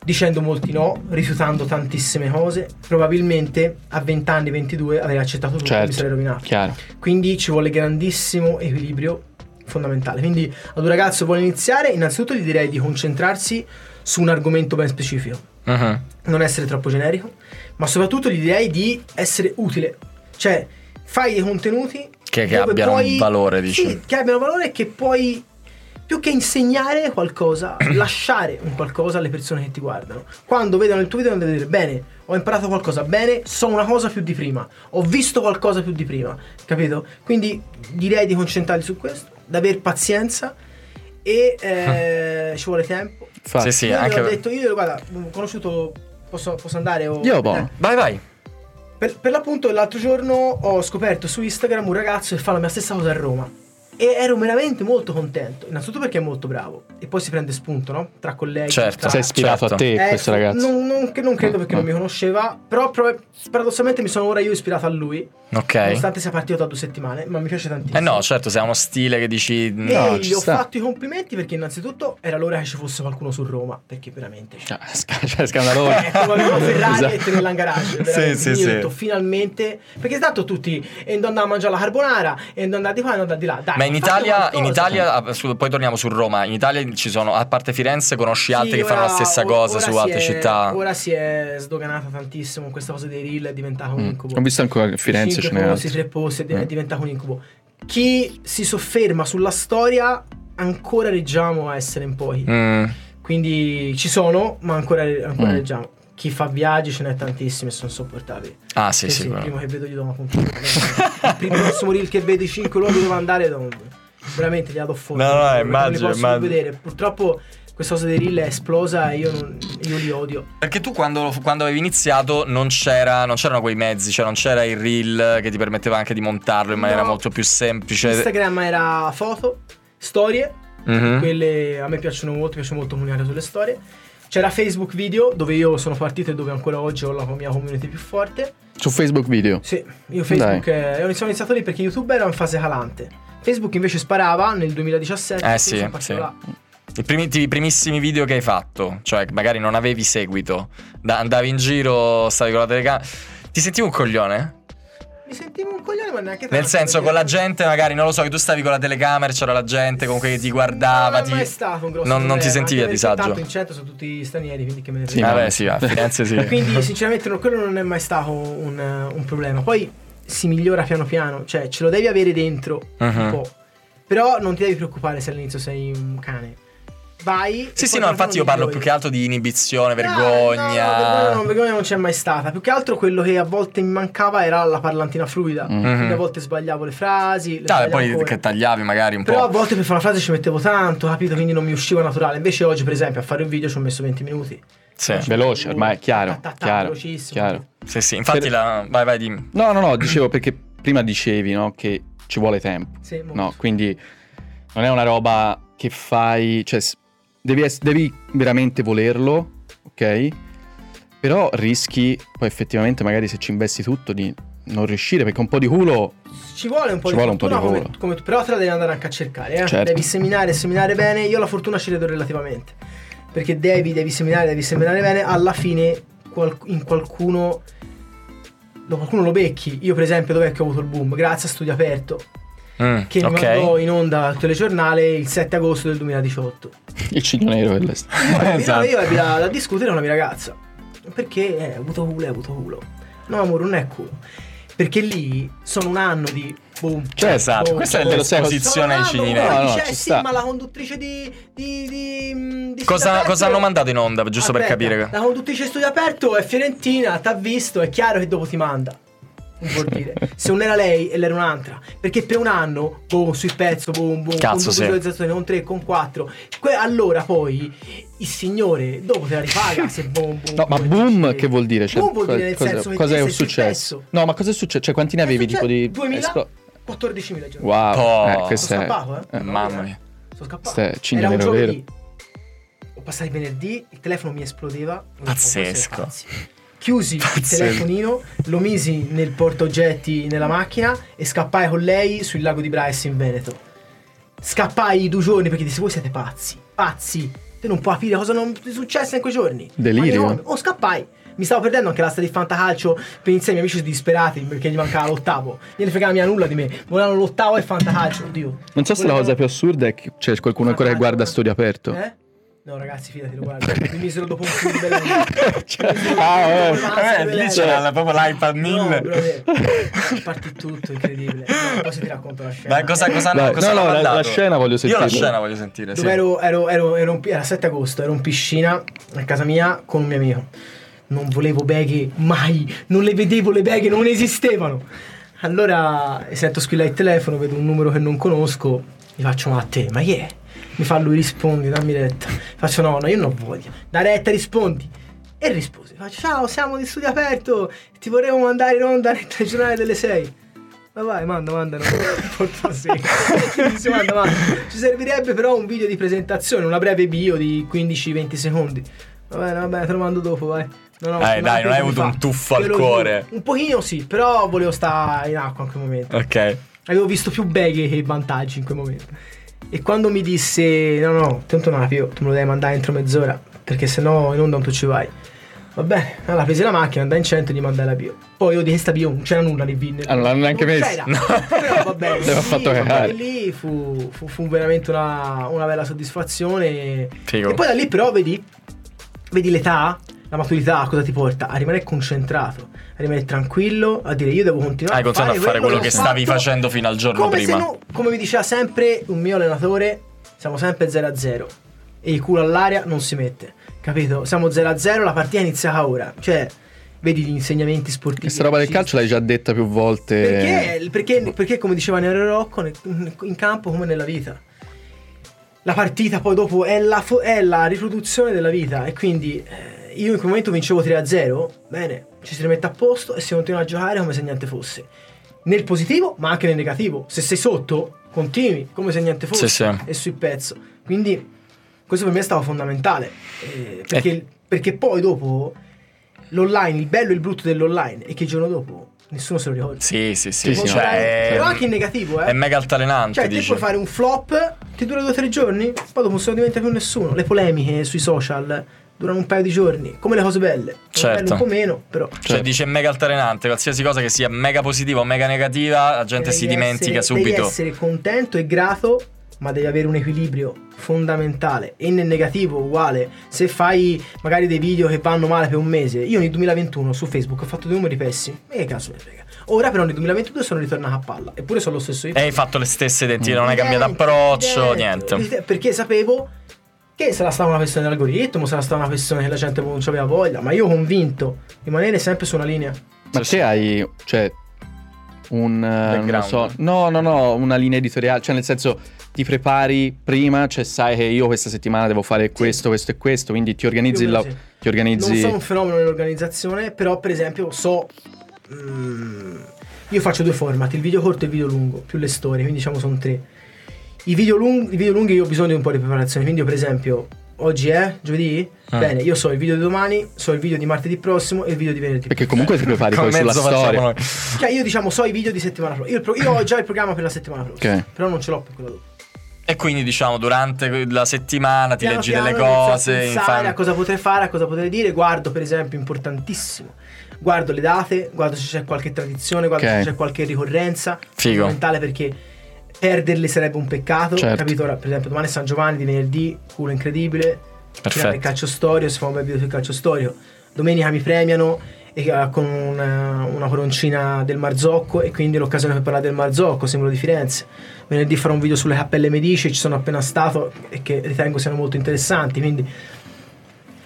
Speaker 1: dicendo molti no, rifiutando tantissime cose. Probabilmente a 20 anni, 22 avrei accettato tutto e mi
Speaker 2: Certo.
Speaker 1: sarei rovinato.
Speaker 2: Chiaro.
Speaker 1: Quindi ci vuole grandissimo equilibrio fondamentale. Quindi ad un ragazzo che vuole iniziare, innanzitutto gli direi di concentrarsi su un argomento ben specifico,
Speaker 3: Mhm.
Speaker 1: non essere troppo generico, ma soprattutto gli direi di essere utile. Cioè, fai dei contenuti
Speaker 3: Che, che
Speaker 1: dove
Speaker 3: abbiano
Speaker 1: puoi-
Speaker 3: un valore, dici.
Speaker 1: Sì, che abbiano valore e che puoi più che insegnare qualcosa, lasciare un qualcosa alle persone che ti guardano. Quando vedono il tuo video devono dire bene, ho imparato qualcosa bene, so una cosa più di prima, ho visto qualcosa più di prima, capito? Quindi direi di concentrarti su questo, di aver pazienza e eh, ci vuole tempo.
Speaker 2: Fa-
Speaker 3: Sì, sì,
Speaker 1: io
Speaker 3: anche.
Speaker 1: gliel'ho detto, io gliel'ho- guarda, ho conosciuto posso, posso andare o
Speaker 2: Io, boh. buono.
Speaker 3: Vai, vai.
Speaker 1: per, per l'appunto l'altro giorno ho scoperto su Instagram un ragazzo che fa la mia stessa cosa a Roma e ero veramente molto contento, innanzitutto perché è molto bravo e poi si prende spunto, no? Tra colleghi.
Speaker 3: Certo.
Speaker 1: tra-
Speaker 2: Sei ispirato
Speaker 3: certo.
Speaker 2: a te
Speaker 1: Eh,
Speaker 2: questo ragazzo. Mm,
Speaker 1: Non, non- che- non credo
Speaker 2: No,
Speaker 1: perché
Speaker 2: no.
Speaker 1: non mi conosceva, però prob- paradossalmente mi sono ora io ispirato a lui,
Speaker 3: Ok.
Speaker 1: nonostante sia partito da due settimane, ma mi piace tantissimo.
Speaker 3: Eh no, certo, se ha uno stile che dici.
Speaker 1: E
Speaker 3: No,
Speaker 1: gli
Speaker 2: ci
Speaker 1: ho
Speaker 2: sta.
Speaker 1: fatto i complimenti perché innanzitutto era l'ora che ci fosse qualcuno su Roma, perché veramente... cioè,
Speaker 2: Cioè, sca- cioè, scandalone.
Speaker 1: Eh, come avevamo Ferrari
Speaker 2: Esatto.
Speaker 1: e tenerla in garage. veramente.
Speaker 3: sì,
Speaker 1: Quindi io ho
Speaker 3: sì.
Speaker 1: detto, finalmente. Perché tanto tutti e non andare a mangiare la carbonara e non andare di qua e non andare di là. Dai,
Speaker 3: Ma in
Speaker 1: fate
Speaker 3: Italia, in
Speaker 1: qualcosa.
Speaker 3: Italia ah, su- poi torniamo su Roma. In Italia ci sono, a parte Firenze, conosci
Speaker 1: Sì,
Speaker 3: altri che fanno la
Speaker 1: ora-
Speaker 3: stessa
Speaker 1: o-
Speaker 3: cosa
Speaker 1: ora
Speaker 3: su
Speaker 1: si
Speaker 3: altre
Speaker 1: è-
Speaker 3: città.
Speaker 1: Ora si è sdoganata tantissimo. Questa cosa dei reel è diventata un
Speaker 2: Mm.
Speaker 1: incubo.
Speaker 2: Ho visto ancora che a Firenze ce
Speaker 1: Cinque
Speaker 2: n'è
Speaker 1: posti,
Speaker 2: altro.
Speaker 1: tre posti è di-
Speaker 2: Mm.
Speaker 1: è diventato un incubo. Chi si sofferma sulla storia ancora reggiamo a essere in pochi.
Speaker 3: Mm.
Speaker 1: Quindi ci sono, ma ancora, ancora
Speaker 2: Mm.
Speaker 1: reggiamo. Chi fa viaggi ce n'è tantissimi e sono sopportabili.
Speaker 3: Ah,
Speaker 1: Sì,
Speaker 3: sì, sì.
Speaker 1: sì, il
Speaker 3: quello.
Speaker 1: primo che vedo gli do una puntura. il primo prossimo reel che vedo i 5 luoghi dove andare, do- veramente li do fuori.
Speaker 3: No, no,
Speaker 1: Non li
Speaker 3: immagino,
Speaker 1: posso
Speaker 3: immagino.
Speaker 1: vedere. Purtroppo questa cosa dei reel è esplosa e io, non- io li odio.
Speaker 3: Perché tu quando, quando avevi iniziato non, c'era, non c'erano quei mezzi, cioè non c'era il reel che ti permetteva anche di montarlo in maniera
Speaker 1: No.
Speaker 3: molto più semplice.
Speaker 1: Instagram era foto, storie,
Speaker 3: Mhm.
Speaker 1: quelle a me piacciono molto, mi piace molto comunicare sulle storie. C'era Facebook video dove io sono partito e dove ancora oggi ho la mia community più forte.
Speaker 2: Su Facebook video.
Speaker 1: Sì, io Facebook eh, sono iniziato lì perché YouTube era in fase calante. Facebook invece sparava nel 2017.
Speaker 3: Eh
Speaker 1: quindi
Speaker 3: sì,
Speaker 1: sono partito
Speaker 3: sì.
Speaker 1: là.
Speaker 3: I, primi- i primissimi video che hai fatto, cioè magari non avevi seguito, da- andavi in giro, stavi con la telecamera. Ti sentivi un coglione?
Speaker 1: Mi sentivo un coglione, ma neanche tanto,
Speaker 3: Nel senso,
Speaker 1: perché-
Speaker 3: con la gente, magari non lo so, che tu stavi con la telecamera, c'era la gente comunque che ti guardava.
Speaker 1: Non è
Speaker 3: ti...
Speaker 1: mai stato un grosso
Speaker 3: non, non ti
Speaker 1: problema,
Speaker 3: sentivi a
Speaker 1: anche perché
Speaker 3: disagio.
Speaker 1: Tanto in centro sono tutti stranieri, quindi che me ne
Speaker 2: Sì,
Speaker 1: frega.
Speaker 3: Vabbè, Eh, sì, Eh. a Firenze sì.
Speaker 1: Quindi, sinceramente, no, quello non è mai stato un, eh, un problema. Poi si migliora piano piano, cioè ce lo devi avere dentro
Speaker 3: Mhm.
Speaker 1: un po'. Però non ti devi preoccupare se all'inizio sei un cane. vai.
Speaker 3: Sì, sì, no, infatti io parlo più che altro di inibizione,
Speaker 1: Ah,
Speaker 3: vergogna.
Speaker 1: No, no, no, vergogna non c'è mai stata. Più che altro quello che a volte mi mancava era la parlantina fluida.
Speaker 2: Mhm.
Speaker 1: Quindi a volte sbagliavo le frasi. le
Speaker 3: Ah, Mm-hmm. e
Speaker 1: sbagliavo
Speaker 3: poi
Speaker 1: ancora.
Speaker 3: che tagliavi magari un
Speaker 1: Però a
Speaker 3: po'.
Speaker 1: volte per fare una frase ci mettevo tanto, capito? Quindi non mi usciva naturale. Invece oggi, per esempio, a fare un video ci ho messo 20 minuti.
Speaker 3: Sì.
Speaker 2: Veloce, ormai è chiaro,
Speaker 1: Ta, ta, ta,
Speaker 2: chiaro,
Speaker 1: velocissimo.
Speaker 2: chiaro.
Speaker 3: Sì, sì, infatti
Speaker 2: Per-
Speaker 3: la... Vai, vai, dimmi.
Speaker 2: No, no, no, dicevo perché prima dicevi, no, che ci vuole tempo.
Speaker 1: Sì, molto.
Speaker 2: No, quindi non è una roba che fai, cioè s- devi, ess- devi veramente volerlo, ok? Però rischi poi effettivamente magari se ci investi tutto di non riuscire perché un po' di culo
Speaker 1: Ci vuole un po'
Speaker 2: Ci
Speaker 1: di
Speaker 2: vuole un po'
Speaker 1: fortuna,
Speaker 2: di
Speaker 1: come-
Speaker 2: culo.
Speaker 1: come- però te la devi andare anche a cercare. eh.
Speaker 2: Certo.
Speaker 1: Devi seminare, seminare bene. Io la fortuna ci credo relativamente. Perché devi, devi seminare, devi seminare bene. Alla fine qual- in qualcuno, lo, qualcuno lo becchi. Io, per esempio, dov'è che ho avuto il boom? Grazie a Studio Aperto,
Speaker 3: Mm,
Speaker 1: che mi mandò
Speaker 3: ok.
Speaker 1: in onda al telegiornale il 7 agosto del 2018.
Speaker 2: il cigno nero è l'est.
Speaker 1: Poi,
Speaker 3: Esatto.
Speaker 1: Io ebbi da, da discutere con la mia ragazza. Perché eh, hai avuto culo, hai avuto culo. No, amore, non è culo. Perché lì sono un anno di boh, boom.
Speaker 2: Cioè,
Speaker 3: esatto,
Speaker 1: boom,
Speaker 3: questa è
Speaker 1: boom.
Speaker 3: l'esposizione ai
Speaker 1: boh, Sono un anno,
Speaker 3: cinesi.
Speaker 1: uno
Speaker 2: No, no,
Speaker 1: dice,
Speaker 2: ci
Speaker 1: "Eh,
Speaker 2: sta."
Speaker 1: Sì, ma la conduttrice di. di, di, mm, di Studio
Speaker 3: Cosa,
Speaker 1: Aperto-
Speaker 3: cosa hanno mandato in onda, giusto per
Speaker 1: Aspetta,
Speaker 3: capire?
Speaker 1: La conduttrice di studio aperto è Fiorentina, t'ha visto, è chiaro che dopo ti manda. Non Vuol dire. Se non era lei e l'era un'altra. Perché per un anno, boh, sui pezzo, boom, boom,
Speaker 3: Cazzo,
Speaker 1: con due
Speaker 3: sì.
Speaker 1: visualizzazioni, con tre, con quattro. Que- allora poi il signore dopo te la ripaga. se boom, boom,
Speaker 2: No, ma
Speaker 1: boom,
Speaker 2: boom
Speaker 1: dici-
Speaker 2: che vuol dire? Cioè,
Speaker 1: boom vuol dire nel
Speaker 2: cosa,
Speaker 1: senso che
Speaker 2: cosa
Speaker 1: te
Speaker 2: è
Speaker 1: sei
Speaker 2: successo?
Speaker 1: successo.
Speaker 2: No, ma cosa è successo? Cioè, quanti ne
Speaker 1: È
Speaker 2: avevi tipo di
Speaker 1: 2000?
Speaker 2: esplo-
Speaker 1: 14.000 giorni.
Speaker 2: Wow,
Speaker 3: Oh.
Speaker 2: eh, questo
Speaker 1: Sono
Speaker 2: è
Speaker 1: scappato, eh.
Speaker 2: eh,
Speaker 3: Mamma mia.
Speaker 1: Sono scappato.
Speaker 2: questo è cigno
Speaker 1: Era un
Speaker 2: nero vero.
Speaker 1: giovedì. Ho passato il venerdì, il telefono mi esplodeva. Ho detto,
Speaker 3: Pazzesco.
Speaker 1: "Ma sei pazzi". Chiusi il
Speaker 3: Pazzesco.
Speaker 1: telefonino, lo misi nel portaoggetti nella macchina e scappai con lei sul lago di Bryce in Veneto. Scappai due giorni perché disse voi siete pazzi, pazzi. Te non puoi capire cosa non ti è successo in quei giorni.
Speaker 2: Delirio.
Speaker 1: Ma che no, Oh, scappai. Mi stavo perdendo anche la sta di fantacalcio per insieme ai miei amici disperati perché gli mancava l'ottavo. Gliene fregava mia nulla di me. Volevano l'ottavo e fantacalcio, oddio.
Speaker 2: Non so se la
Speaker 1: Volevano-
Speaker 2: cosa più assurda è che c'è qualcuno ancora che guarda Studio Aperto.
Speaker 1: eh? No, ragazzi, fidati, lo guardo. Mi misero dopo un film bello.
Speaker 2: Cioè, ah, eh,
Speaker 3: Eh, oh, lì c'era proprio l'iPad
Speaker 1: No,
Speaker 3: 1000.
Speaker 1: bro, eh, parte tutto, incredibile. No, poi se ti racconto la scena.
Speaker 3: Ma cosa, cosa hanno
Speaker 2: Dai, no,
Speaker 3: cosa hanno
Speaker 2: no, la-
Speaker 3: mandato?
Speaker 2: la scena voglio
Speaker 3: Io la
Speaker 2: sentirla.
Speaker 3: scena voglio sentire, sì.
Speaker 1: Dove ero, ero, ero, ero in pi- era 7 agosto, ero in piscina a casa mia con un mio amico. Non volevo beghe mai, non le vedevo le beghe, non esistevano. Allora sento squillare il telefono, vedo un numero che non conosco, gli faccio ma a te, ma chi è? Mi fa lui rispondi, dammi retta. Faccio no, no, io non voglio. Da retta rispondi. E rispose, faccio ciao, siamo di studio aperto, ti vorremmo mandare in onda nel telegiornale delle 6. Ma vai, manda, manda. no. Porca miseria. Mi si manda, manda. Ci servirebbe però un video di presentazione, una breve bio di 15-20 secondi. Va bene, va bene, te lo mando dopo, vai. No, no,
Speaker 3: Eh,
Speaker 1: no,
Speaker 3: dai, non hai
Speaker 1: mi
Speaker 3: avuto
Speaker 1: fa.
Speaker 3: un tuffo al
Speaker 1: Te lo giuro.
Speaker 3: cuore.
Speaker 1: Un pochino sì, però volevo stare in acqua in quel momento.
Speaker 3: Ok.
Speaker 1: Avevo visto più beghe che vantaggi in quel momento. E quando mi disse, no, no, tanto non io, tu me lo devi mandare entro mezz'ora, perché sennò in onda non tu ci vai. Va bene, allora presi la macchina, andai in centro e gli mandai la bio. Poi io di questa bio non c'era nulla nel video.
Speaker 2: Ah, non l'hanno neanche
Speaker 1: Non
Speaker 2: messa.
Speaker 1: c'era. Però va bene.
Speaker 2: Te l'ha fatto
Speaker 1: va bene,
Speaker 2: cagare.
Speaker 1: Lì fu, fu- fu veramente una, una bella soddisfazione.
Speaker 3: Figo.
Speaker 1: E poi da lì però vedi, vedi l'età, la maturità, a cosa ti porta? A rimanere concentrato, a rimanere tranquillo, a dire io devo continuare.
Speaker 3: Hai continuato a fare quello che
Speaker 1: ho
Speaker 3: stavi
Speaker 1: fatto,
Speaker 3: facendo fino al giorno
Speaker 1: come se
Speaker 3: prima.
Speaker 1: no- come mi diceva sempre un mio allenatore, siamo sempre 0-0 e il culo all'aria non si mette, capito? Siamo 0-0, la partita è iniziata ora, cioè vedi gli insegnamenti sportivi.
Speaker 2: Questa roba del calcio l'hai già detta più volte.
Speaker 1: Perché, perché-
Speaker 3: Boh.
Speaker 1: perché, come diceva Nero Rocco, nel- in campo come nella vita. La partita poi dopo è la, fo- è la riproduzione della vita e quindi eh, io in quel momento vincevo 3-0, bene, ci si rimette a posto e si continua a giocare come se niente fosse. Nel positivo ma anche nel negativo. Se sei sotto, continui come se niente fosse
Speaker 3: Sì, sì.
Speaker 1: e sul pezzo. Quindi questo per me è stato fondamentale eh, perché,
Speaker 3: Eh.
Speaker 1: perché poi dopo l'online, il bello e il brutto dell'online è che il giorno dopo nessuno se lo ricorda.
Speaker 3: Sì, sì,
Speaker 2: Sì,
Speaker 3: sì.
Speaker 2: sì,
Speaker 3: cioè,
Speaker 2: no.
Speaker 3: è-
Speaker 1: Però anche in negativo, eh.
Speaker 3: È mega altalenante,
Speaker 1: Cioè, te
Speaker 3: dici.
Speaker 1: puoi fare un flop, ti dura due o tre giorni, poi dopo non se lo diventa più nessuno. Le polemiche sui social durano un paio di giorni, come le cose belle. Le cose
Speaker 3: Certo.
Speaker 1: belle Un po' meno, però.
Speaker 3: Cioè, dice mega altalenante, qualsiasi cosa che sia mega positiva o mega negativa, la gente
Speaker 1: Devi
Speaker 3: si dimentica
Speaker 1: essere- Devi
Speaker 3: subito.
Speaker 1: essere contento e grato, ma devi avere un equilibrio fondamentale. E nel negativo uguale. Se fai magari dei video che vanno male per un mese, io nel 2021 su Facebook ho fatto dei numeri pessimi. E che cazzo ne frega. Ora però nel 2022 sono ritornato a palla, eppure sono lo stesso io.
Speaker 2: Mm.
Speaker 3: E hai fatto le stesse identiche, non hai
Speaker 1: Niente,
Speaker 3: cambiato approccio,
Speaker 1: niente.
Speaker 3: niente.
Speaker 1: Perché sapevo Che sarà stata una questione dell'algoritmo, sarà stata una questione che la gente non aveva voglia, ma io convinto di rimanere sempre su una linea.
Speaker 2: Ma te hai, cioè, un... eh, Non lo
Speaker 3: Background.
Speaker 2: so, no, no, no, una linea editoriale, cioè nel senso ti prepari prima, cioè sai che io questa settimana devo fare questo, questo e questo, quindi ti organizzi...
Speaker 1: Più o
Speaker 2: La...
Speaker 1: meno sì.
Speaker 2: Ti
Speaker 1: Non
Speaker 2: organizzi...
Speaker 1: sono un fenomeno nell'organizzazione, però per esempio so... mm, io faccio due format, il video corto e il video lungo, più le storie, quindi diciamo sono tre. I video, lung- i video lunghi io ho bisogno di un po' di preparazione, quindi io per esempio oggi è giovedì,
Speaker 3: Ah.
Speaker 1: bene, io so il video di domani, so il video di martedì prossimo e il video di venerdì.
Speaker 2: Perché comunque ti prepari
Speaker 3: Come
Speaker 2: poi Ah, sulla
Speaker 3: mezzo facciamo
Speaker 2: storia.
Speaker 3: noi.
Speaker 1: Cioè io diciamo so i video di settimana prossima, io, il pro- io ho già il programma per la settimana prossima,
Speaker 2: Ok.
Speaker 1: però non ce l'ho per quella dopo.
Speaker 3: E quindi diciamo durante la settimana ti
Speaker 1: Piano
Speaker 3: leggi
Speaker 1: piano
Speaker 3: delle
Speaker 1: inizio a
Speaker 3: cose,
Speaker 1: pensare
Speaker 3: infan-
Speaker 1: a cosa potrei fare, a cosa potrei dire, guardo per esempio, importantissimo, guardo le date, guardo se c'è qualche tradizione, guardo
Speaker 2: Ok.
Speaker 1: se c'è qualche ricorrenza,
Speaker 3: Figo.
Speaker 1: fondamentale perché perderle sarebbe un peccato,
Speaker 2: Certo.
Speaker 1: capito? Ora, per esempio domani è San Giovanni, di venerdì, culo incredibile, finale
Speaker 3: Perfetto.
Speaker 1: il calcio storio, si fa un bel video sul calcio storio, domenica mi premiano e, eh, con una, una coroncina del Marzocco e quindi l'occasione per parlare del Marzocco, simbolo di Firenze. Venerdì farò un video sulle cappelle medici, ci sono appena stato e che ritengo siano molto interessanti, quindi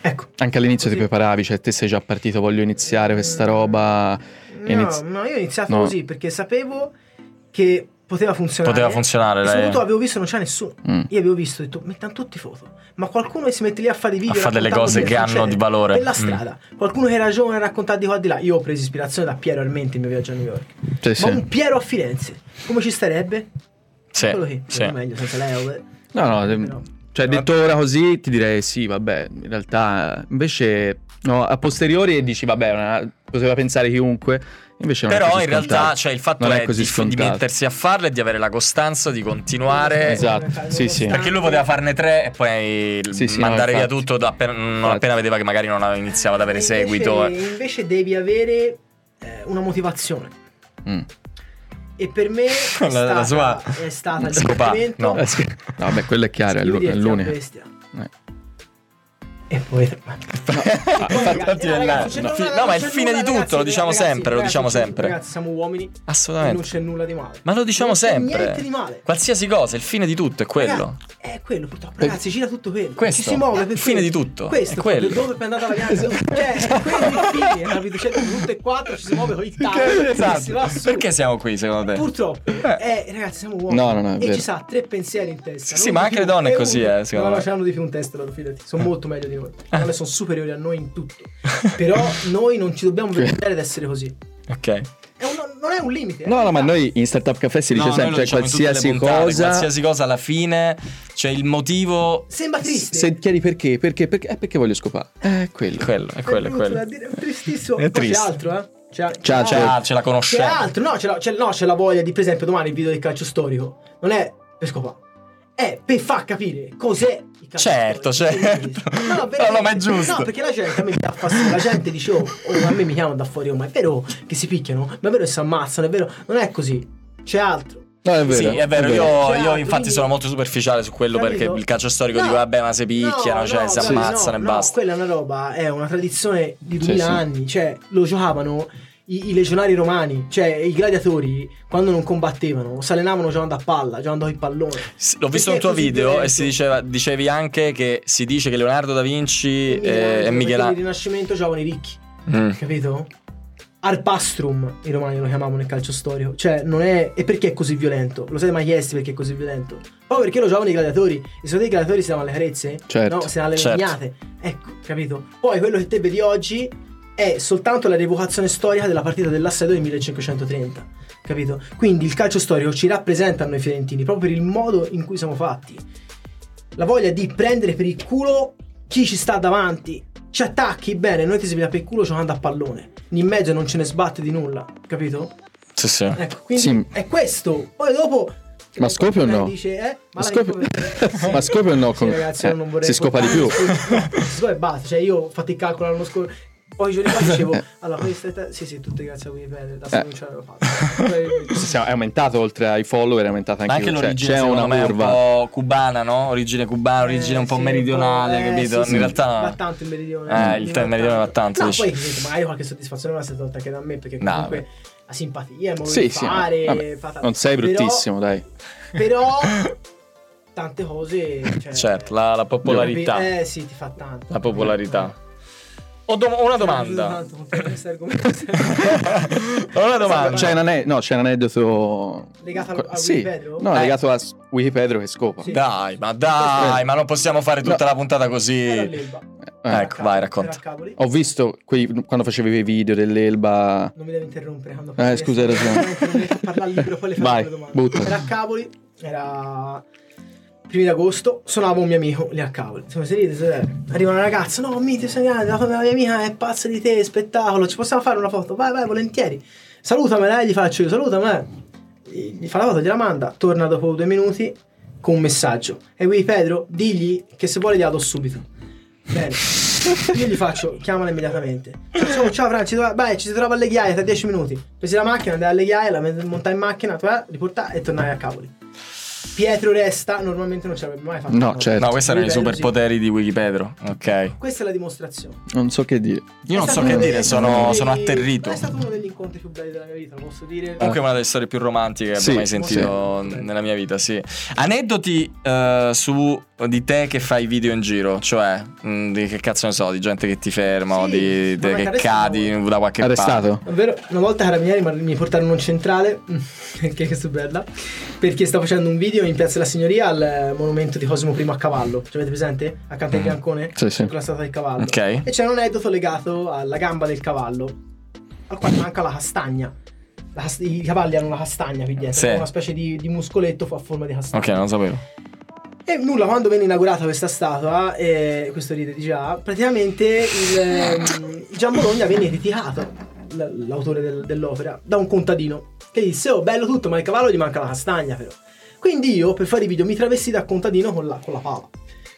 Speaker 1: ecco.
Speaker 3: Eh,
Speaker 2: Anche all'inizio ti
Speaker 1: Così.
Speaker 2: preparavi, cioè te sei già partito, voglio iniziare questa roba.
Speaker 1: No,
Speaker 2: Iniz-
Speaker 1: no, io ho iniziato
Speaker 2: no.
Speaker 1: così perché sapevo che poteva funzionare.
Speaker 3: Poteva funzionare,
Speaker 1: E
Speaker 3: dai.
Speaker 1: soprattutto avevo visto non c'è nessuno.
Speaker 2: Mm.
Speaker 1: Io avevo visto, ho detto, mettiamo tutti foto. Ma qualcuno che si mette lì a fare i video.
Speaker 3: A fare delle
Speaker 1: raccontando
Speaker 3: cose
Speaker 1: quello
Speaker 3: che hanno
Speaker 1: succede
Speaker 3: di valore.
Speaker 1: Per la
Speaker 3: Mm.
Speaker 1: strada. Qualcuno che ragiona e racconta di qua e di là. Io ho preso ispirazione da Piero Armenti il mio viaggio a New York.
Speaker 3: Eh,
Speaker 2: Cioè,
Speaker 1: Ma
Speaker 2: sì.
Speaker 1: un Piero a Firenze, come ci starebbe?
Speaker 3: Sì,
Speaker 1: Quello lì,
Speaker 3: sì.
Speaker 1: meglio, senza Leo. eh.
Speaker 2: No, no, ehm,
Speaker 1: Però-
Speaker 2: cioè detto ora così ti direi sì, vabbè, in realtà invece no, a posteriori dici vabbè, una- poteva pensare chiunque, invece non è
Speaker 3: Però
Speaker 2: così
Speaker 3: in realtà
Speaker 2: scontato.
Speaker 3: cioè, il fatto
Speaker 2: Non
Speaker 3: è,
Speaker 2: è così
Speaker 3: di, di
Speaker 2: scontato.
Speaker 3: mettersi a farlo e di avere la costanza di continuare.
Speaker 2: Esatto. sì, sì.
Speaker 3: Perché lui poteva farne tre e poi l-
Speaker 2: Sì, sì,
Speaker 3: mandare
Speaker 2: no,
Speaker 3: via
Speaker 2: infatti.
Speaker 3: tutto da appena, non
Speaker 2: Infatti.
Speaker 3: appena vedeva che magari non aveva- iniziava ad avere
Speaker 1: Invece-
Speaker 3: seguito. eh.
Speaker 1: Invece devi avere eh, una motivazione.
Speaker 2: Mm.
Speaker 1: E per me è
Speaker 3: La-
Speaker 1: stata,
Speaker 3: la sua-
Speaker 1: è stata il
Speaker 3: Scopà,
Speaker 1: riferimento-
Speaker 3: no.
Speaker 2: Eh, sì. No, vabbè, quello è chiaro, è l'u- è
Speaker 1: Scriverti a
Speaker 2: l'unica.
Speaker 1: bestia.
Speaker 2: Eh.
Speaker 1: E poi
Speaker 2: Ah, infatti-
Speaker 3: infatti è là. No, fi- no, ma il fine di tutto, lo diciamo sempre, lo diciamo sempre.
Speaker 1: Ragazzi, siamo uomini
Speaker 3: Ah,
Speaker 1: e non
Speaker 3: Assolutamente.
Speaker 1: c'è nulla di male.
Speaker 3: Ma lo diciamo
Speaker 1: Non c'è
Speaker 3: sempre.
Speaker 1: Niente di male.
Speaker 3: Qualsiasi cosa, il fine di tutto è quello.
Speaker 1: Ragazzi, È quello purtroppo. Ragazzi, gira tutto quello.
Speaker 3: Questo.
Speaker 1: Ci si muove per
Speaker 3: Il fine
Speaker 1: quello.
Speaker 3: di tutto,
Speaker 1: Questo
Speaker 3: è quello.
Speaker 1: Dove è andata la piazza? Cioè, quello è il fine, capito? Cioè, tutto e quattro ci si muove con i tavoli. si va
Speaker 3: Esatto.
Speaker 1: su.
Speaker 3: Perché siamo qui secondo te?
Speaker 1: Purtroppo, eh, ragazzi, siamo uomini.
Speaker 2: No, no, no, è
Speaker 1: e
Speaker 2: vero.
Speaker 1: ci sa tre pensieri in testa.
Speaker 3: Sì,
Speaker 1: non
Speaker 3: ma
Speaker 1: di
Speaker 3: anche
Speaker 1: più.
Speaker 3: le donne
Speaker 1: E
Speaker 3: così,
Speaker 1: uno-
Speaker 3: eh,
Speaker 1: no,
Speaker 3: secondo me. Eh.
Speaker 1: No, ce l'hanno di più in testa, loro fidati. Sono molto meglio di noi. Le donne sono superiori a noi in tutto. Però noi non ci dobbiamo vergognare di essere così.
Speaker 3: Ok.
Speaker 1: È un- non è un limite. eh.
Speaker 2: No, no, ma noi in Startup Café si dice
Speaker 3: No, noi lo
Speaker 2: sempre cioè,
Speaker 3: diciamo in tutte le
Speaker 2: qualsiasi
Speaker 3: puntate,
Speaker 2: cosa
Speaker 3: Qualsiasi cosa alla fine, cioè il motivo.
Speaker 1: Sembra triste.
Speaker 2: se chiedi perché, perché, perché, eh, perché voglio scopare. Eh, quello.
Speaker 3: Quello, è quello, è
Speaker 1: brutto
Speaker 3: quello.
Speaker 1: da dire, È tristissimo.
Speaker 3: È
Speaker 1: Poi
Speaker 3: triste.
Speaker 1: C'è altro, eh? C'è,
Speaker 2: C'è-
Speaker 3: C'è,
Speaker 1: c'è,
Speaker 2: altro.
Speaker 3: ce la
Speaker 1: c'è
Speaker 3: conosciamo.
Speaker 1: altro. No c'è, la, c'è, no, c'è la voglia di, per esempio, domani il video del calcio storico. Non è per scopare. È per far capire cos'è il calcio
Speaker 3: Certo,
Speaker 1: storico.
Speaker 3: certo.
Speaker 1: No, no,
Speaker 3: No, no, ma è
Speaker 1: veramente.
Speaker 3: giusto.
Speaker 1: No, perché la gente a me dà fastidio. La gente dice, oh, oh, a me mi chiamano da fuori, oh, ma è vero che si picchiano? Ma è vero che si ammazzano? È vero? Non è così. C'è altro.
Speaker 2: No, è vero.
Speaker 3: Sì, è vero, io,
Speaker 1: Cioè,
Speaker 3: io infatti
Speaker 1: quindi-
Speaker 3: sono molto superficiale su quello
Speaker 1: Capito?
Speaker 3: perché il calcio storico
Speaker 1: No.
Speaker 3: dico vabbè ma se picchiano,
Speaker 1: No,
Speaker 3: cioè
Speaker 1: no,
Speaker 3: si
Speaker 1: guarda,
Speaker 3: ammazzano
Speaker 1: no,
Speaker 3: e
Speaker 1: no,
Speaker 3: basta.
Speaker 1: quella è una roba, è una tradizione di
Speaker 2: Sì,
Speaker 1: 2000
Speaker 2: sì.
Speaker 1: anni, cioè lo giocavano i, i legionari romani, cioè i gladiatori quando non combattevano, si allenavano giocando a palla, giocando con il pallone.
Speaker 3: S- L'ho visto
Speaker 1: Perché
Speaker 3: un tuo
Speaker 1: è così
Speaker 3: video e
Speaker 1: violento?
Speaker 3: si diceva, dicevi anche che si dice che Leonardo da Vinci eh, e
Speaker 1: E Nel
Speaker 3: Michelangelo.
Speaker 1: Rinascimento giocavano i ricchi,
Speaker 3: Mm.
Speaker 1: capito? Arpastrum i romani lo chiamavano nel calcio storico, cioè non è e perché è così violento? Lo siete mai chiesti perché è così violento? Poi perché lo giocavano i gladiatori? E se i gladiatori si davano le carezze?
Speaker 2: Certo.
Speaker 1: no, se ne ha le
Speaker 3: certo.
Speaker 1: legnate. Ecco, capito? Poi quello che te vedi oggi è soltanto la rievocazione storica della partita dell'assedio del 1530, capito? Quindi il calcio storico ci rappresenta a noi fiorentini proprio per il modo in cui siamo fatti. La voglia di prendere per il culo chi ci sta davanti. Ci attacchi bene, noi ti svegliamo per il culo giocando a pallone. In mezzo non ce ne sbatte di nulla, capito?
Speaker 3: Sì, sì.
Speaker 1: Ecco, quindi
Speaker 2: Sì.
Speaker 1: è questo. Poi dopo
Speaker 2: Ma scopi o no?
Speaker 1: Dice, eh, la
Speaker 2: Ma scopi-
Speaker 1: ricom-
Speaker 2: ma scopi o no?
Speaker 1: Sì,
Speaker 2: Come-
Speaker 1: ragazzi,
Speaker 2: eh,
Speaker 1: io non vorrei
Speaker 2: si scopa di
Speaker 1: portare-
Speaker 2: più.
Speaker 1: si scopa e basta. Cioè, io ho fatto il calcolo l'anno scorso. Poi i giorni fa dicevo, allora, questa è Sì, sì, tutte grazie a Wikipedia. Da
Speaker 2: Eh.
Speaker 1: se non ce l'avevo fatta. Poi-
Speaker 2: Sì, sì, è aumentato oltre ai follower, è aumentata
Speaker 3: Ma
Speaker 2: anche,
Speaker 3: anche
Speaker 2: cioè,
Speaker 3: l'origine
Speaker 2: c'è
Speaker 3: secondo
Speaker 2: una
Speaker 3: me è un
Speaker 2: curva.
Speaker 3: po' cubana, no? Origine cubana, Ah, origine
Speaker 1: Eh,
Speaker 3: un po'
Speaker 1: sì,
Speaker 3: meridionale,
Speaker 1: po', eh,
Speaker 3: capito?
Speaker 1: sì, sì.
Speaker 3: In realtà
Speaker 1: va tanto il meridione.
Speaker 3: Eh,
Speaker 1: sì,
Speaker 3: il te- meridione va tanto,
Speaker 1: No,
Speaker 3: dici.
Speaker 1: poi capito, magari qualche soddisfazione la si è tolta anche da me perché
Speaker 3: No,
Speaker 1: comunque
Speaker 3: vabbè.
Speaker 1: la simpatia, il modo
Speaker 2: Sì,
Speaker 1: di
Speaker 2: sì,
Speaker 1: fare,
Speaker 2: vabbè,
Speaker 1: fa tanto.
Speaker 2: non sei
Speaker 1: Però-
Speaker 2: bruttissimo, dai.
Speaker 1: Però tante cose. Cioè,
Speaker 3: Certo, la, la popolarità.
Speaker 1: Eh sì, ti fa tanto.
Speaker 3: La popolarità. Ho dom- ho una domanda.
Speaker 1: Esatto.
Speaker 3: Ho Cioè, una
Speaker 1: Vabbè.
Speaker 3: domanda.
Speaker 2: Ah, C'è un, ane- no, c'è un aneddoto
Speaker 1: Legato al- a
Speaker 2: sì.
Speaker 1: Wikipedro?
Speaker 2: No,
Speaker 1: Eh.
Speaker 2: legato a s- Wikipedro che scopa.
Speaker 1: Sì.
Speaker 3: Dai, ma dai, ma non possiamo fare tutta
Speaker 2: No.
Speaker 3: la puntata così.
Speaker 2: Eh,
Speaker 3: Ecco, vai, racconta.
Speaker 2: Ho visto quei- quando facevi i video dell'Elba.
Speaker 1: Non mi devi interrompere quando
Speaker 2: Eh, scusa, hai ragione.
Speaker 1: Non mi fa parlare libero, poi le faccio
Speaker 2: Vai,
Speaker 1: le domande.
Speaker 2: butta.
Speaker 1: Era a Cavoli, era primi di agosto, suonavo un mio amico lì a Cavoli. Siamo sediti, sedere. arriva una ragazza, no, mi ti sei grande, la famiglia mia amica è pazza di te, spettacolo, ci possiamo fare una foto? Vai, vai, volentieri. Salutamela, eh, gli faccio io, salutamela. Gli fa la foto, gliela manda, torna dopo due minuti con un messaggio. E qui Pedro, digli che se vuole gliela do subito. Bene. Io gli faccio, chiamala immediatamente. Facciamo, ciao Franci, dove- vai, ci si trova alle ghiaie tra 10 minuti. Presi la macchina, andai alle ghiaie, la met- montai in macchina, tu- riportai e tornai a Cavoli. Pietro Resta normalmente non ce l'avrebbe mai fatto.
Speaker 2: No, certo.
Speaker 3: No, questi erano i
Speaker 1: Wikipedro,
Speaker 3: superpoteri di Wikipedro. Ok.
Speaker 1: Questa è la dimostrazione.
Speaker 2: Non so che dire.
Speaker 3: Io non
Speaker 1: È
Speaker 3: so
Speaker 1: stato
Speaker 3: che
Speaker 1: uno
Speaker 3: dire,
Speaker 1: dei-
Speaker 3: sono,
Speaker 1: dei-
Speaker 3: sono atterrito.
Speaker 1: È stato uno degli incontri più belli della mia vita, lo posso dire.
Speaker 3: Comunque è una delle storie più romantiche che
Speaker 2: Sì,
Speaker 3: abbia mai sentito
Speaker 1: sì.
Speaker 3: nella mia vita, sì. Aneddoti eh, su di te che fai video in giro, cioè mh, di che cazzo ne so, di gente che ti ferma o
Speaker 1: Sì,
Speaker 3: di,
Speaker 1: ma
Speaker 3: de-
Speaker 1: anche adesso
Speaker 3: che cadi
Speaker 1: no.
Speaker 3: da qualche parte.
Speaker 2: Arrestato?
Speaker 1: Davvero, una volta i carabinieri ma- mi portarono in centrale, che che sto bella, perché stavo facendo un video in Piazza della Signoria al eh, monumento di Cosimo I a cavallo. Ci avete presente? Accanto al
Speaker 3: Mm.
Speaker 1: Biancone?
Speaker 2: Sì, sì.
Speaker 1: Con la statua del cavallo.
Speaker 3: Ok.
Speaker 1: E c'era un aneddoto legato alla gamba del cavallo, al quale manca la castagna. La cas- I cavalli hanno una castagna qui dietro,
Speaker 3: Sì.
Speaker 1: una specie di, di muscoletto a forma di castagna.
Speaker 3: Ok, non lo sapevo.
Speaker 1: E nulla, quando venne inaugurata questa statua, eh, questo ride di già, praticamente il, ehm, Gian Bologna venne criticato, l- l'autore del- dell'opera, da un contadino che disse, oh bello tutto, ma il cavallo gli manca la castagna però. Quindi io per fare i video mi travestii da contadino con la, con la pala.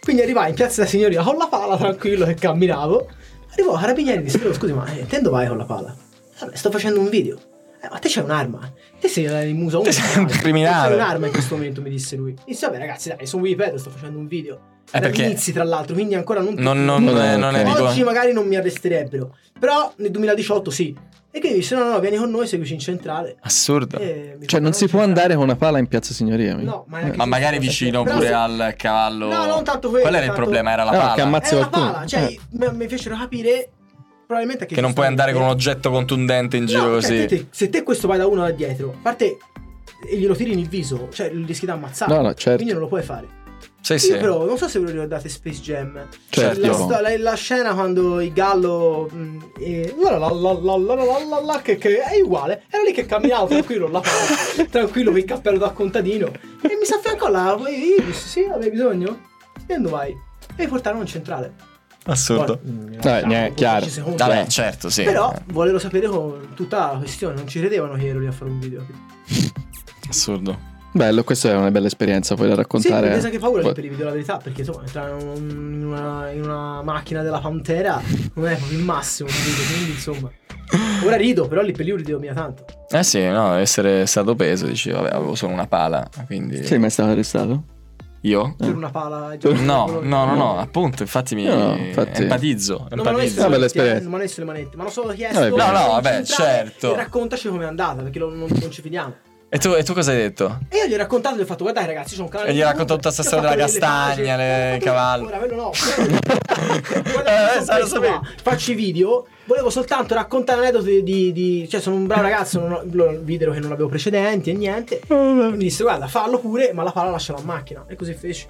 Speaker 1: Quindi arrivai in piazza della signoria con la pala, tranquillo che camminavo. Arrivò a carabinieri e disse, "Oh, scusi ma eh, te dove vai con la pala? "Eh, beh, sto facendo un video. "Eh, ma te c'è un'arma? Te sei il muso
Speaker 3: Te sei un criminale."
Speaker 1: C'è un'arma in questo momento, mi disse lui. Disse, vabbè ragazzi dai, sono Wikipedia, sto facendo un video. Da
Speaker 3: Eh, perché-
Speaker 1: inizi tra l'altro, quindi ancora non...
Speaker 3: Non, non,
Speaker 2: No,
Speaker 3: eh, non
Speaker 2: ok.
Speaker 3: è di
Speaker 1: Oggi
Speaker 3: co-
Speaker 1: magari non mi arresterebbero, però nel 2018 sì. E quindi mi disse, no no, no, vieni con noi, seguici in centrale.
Speaker 3: Assurdo.
Speaker 1: E mi
Speaker 2: Cioè,
Speaker 1: portarono
Speaker 2: non si
Speaker 1: in
Speaker 2: può
Speaker 1: centrale.
Speaker 2: andare con una pala in piazza signoria. mi-
Speaker 1: No, ma,
Speaker 2: Eh.
Speaker 1: neanche
Speaker 3: Ma
Speaker 1: su-
Speaker 3: magari vicino
Speaker 1: Però
Speaker 3: pure
Speaker 1: se-
Speaker 3: al cavallo.
Speaker 1: No, non tanto quello,
Speaker 3: Qual era il
Speaker 1: tanto-
Speaker 3: problema? Era la
Speaker 2: No,
Speaker 3: pala.
Speaker 2: che ammazza
Speaker 1: Era la
Speaker 2: qualcuno.
Speaker 1: pala, cioè,
Speaker 2: Eh.
Speaker 1: mi- mi fecero capire probabilmente
Speaker 3: Che non puoi andare con un oggetto contundente in giro
Speaker 1: No, cioè,
Speaker 3: così.
Speaker 1: te- te- se te questo vai da uno da dietro, a parte e glielo tiri nel viso, cioè rischi di ammazzare.
Speaker 2: No, no, certo.
Speaker 1: Quindi non lo puoi fare.
Speaker 3: Sì,
Speaker 1: Io
Speaker 3: Eh, sì.
Speaker 1: però non so se ve lo ricordate Space Jam. Cioè,
Speaker 2: Certo.
Speaker 1: La, sto- la- la scena quando il gallo. mm, e- la la la la la la la la la, che, che è uguale. Era lì che camminavo tranquillo, la palla, tranquillo con il cappello da contadino. E mi si affiancò là. poi Io dissi, sì, avevi bisogno? E dove vai? E mi portarono in centrale.
Speaker 3: Assurdo.
Speaker 1: Poi, mm,
Speaker 2: Vabbè, ne-
Speaker 1: dopo
Speaker 2: chiaro.
Speaker 1: 10 secondi.
Speaker 3: Vabbè, certo, sì.
Speaker 1: Però
Speaker 3: Eh,
Speaker 1: volevo sapere con tutta la questione, non ci credevano che ero lì a fare un video.
Speaker 3: Assurdo.
Speaker 2: Bello, questa è una bella esperienza. Poi da
Speaker 1: Sì, mi
Speaker 2: raccontare.
Speaker 1: presa che paura lì
Speaker 2: Poi-
Speaker 1: per i video, la verità, perché insomma, entrare in un- in una, in una macchina della Pantera non è proprio il massimo, capito? quindi insomma. Ora rido, però lì per lì ridevo mia tanto.
Speaker 3: Eh sì, no, essere stato peso, dici, vabbè, avevo solo una pala, quindi
Speaker 2: Sei mai stato arrestato?
Speaker 3: io?
Speaker 1: Per una pala
Speaker 3: No, no, no, no, appunto, infatti mi
Speaker 2: No, no, infatti-
Speaker 3: empatizzo,
Speaker 1: Non me l'hanno
Speaker 3: empatizzo.
Speaker 1: chiesto
Speaker 2: Una bella
Speaker 1: le
Speaker 2: esperienza.
Speaker 1: manette, non mi hanno chiesto le manette, ma hanno solo chiesto.
Speaker 2: Vabbè,
Speaker 1: "Vai
Speaker 3: no,
Speaker 1: in
Speaker 3: no, vabbè,
Speaker 1: centrale
Speaker 3: certo.
Speaker 1: E raccontaci com'è andata, perché lo- non, non ci fidiamo.
Speaker 3: E tu, e tu cosa hai detto?
Speaker 1: E io gli ho raccontato, gli ho fatto, guardate ragazzi, c'è un canale.
Speaker 3: E gli
Speaker 1: YouTube,
Speaker 3: racconto tutta sta
Speaker 1: io ho
Speaker 3: storia della
Speaker 1: fatto delle pagine,
Speaker 3: castagna, le
Speaker 1: ho fatto-
Speaker 3: cavalli.
Speaker 1: Ora, quello no.
Speaker 3: Eh,
Speaker 1: Guardate,
Speaker 3: sa- lo
Speaker 1: sono questo
Speaker 3: sapevo.
Speaker 1: qua, Faccio i video, volevo soltanto raccontare aneddoti di, di- Cioè, sono un bravo ragazzo, non ho lo- video che non avevo precedenti e niente.
Speaker 3: Oh,
Speaker 1: Mi disse, guarda, fallo pure, ma la palla lasciala a macchina. E così feci.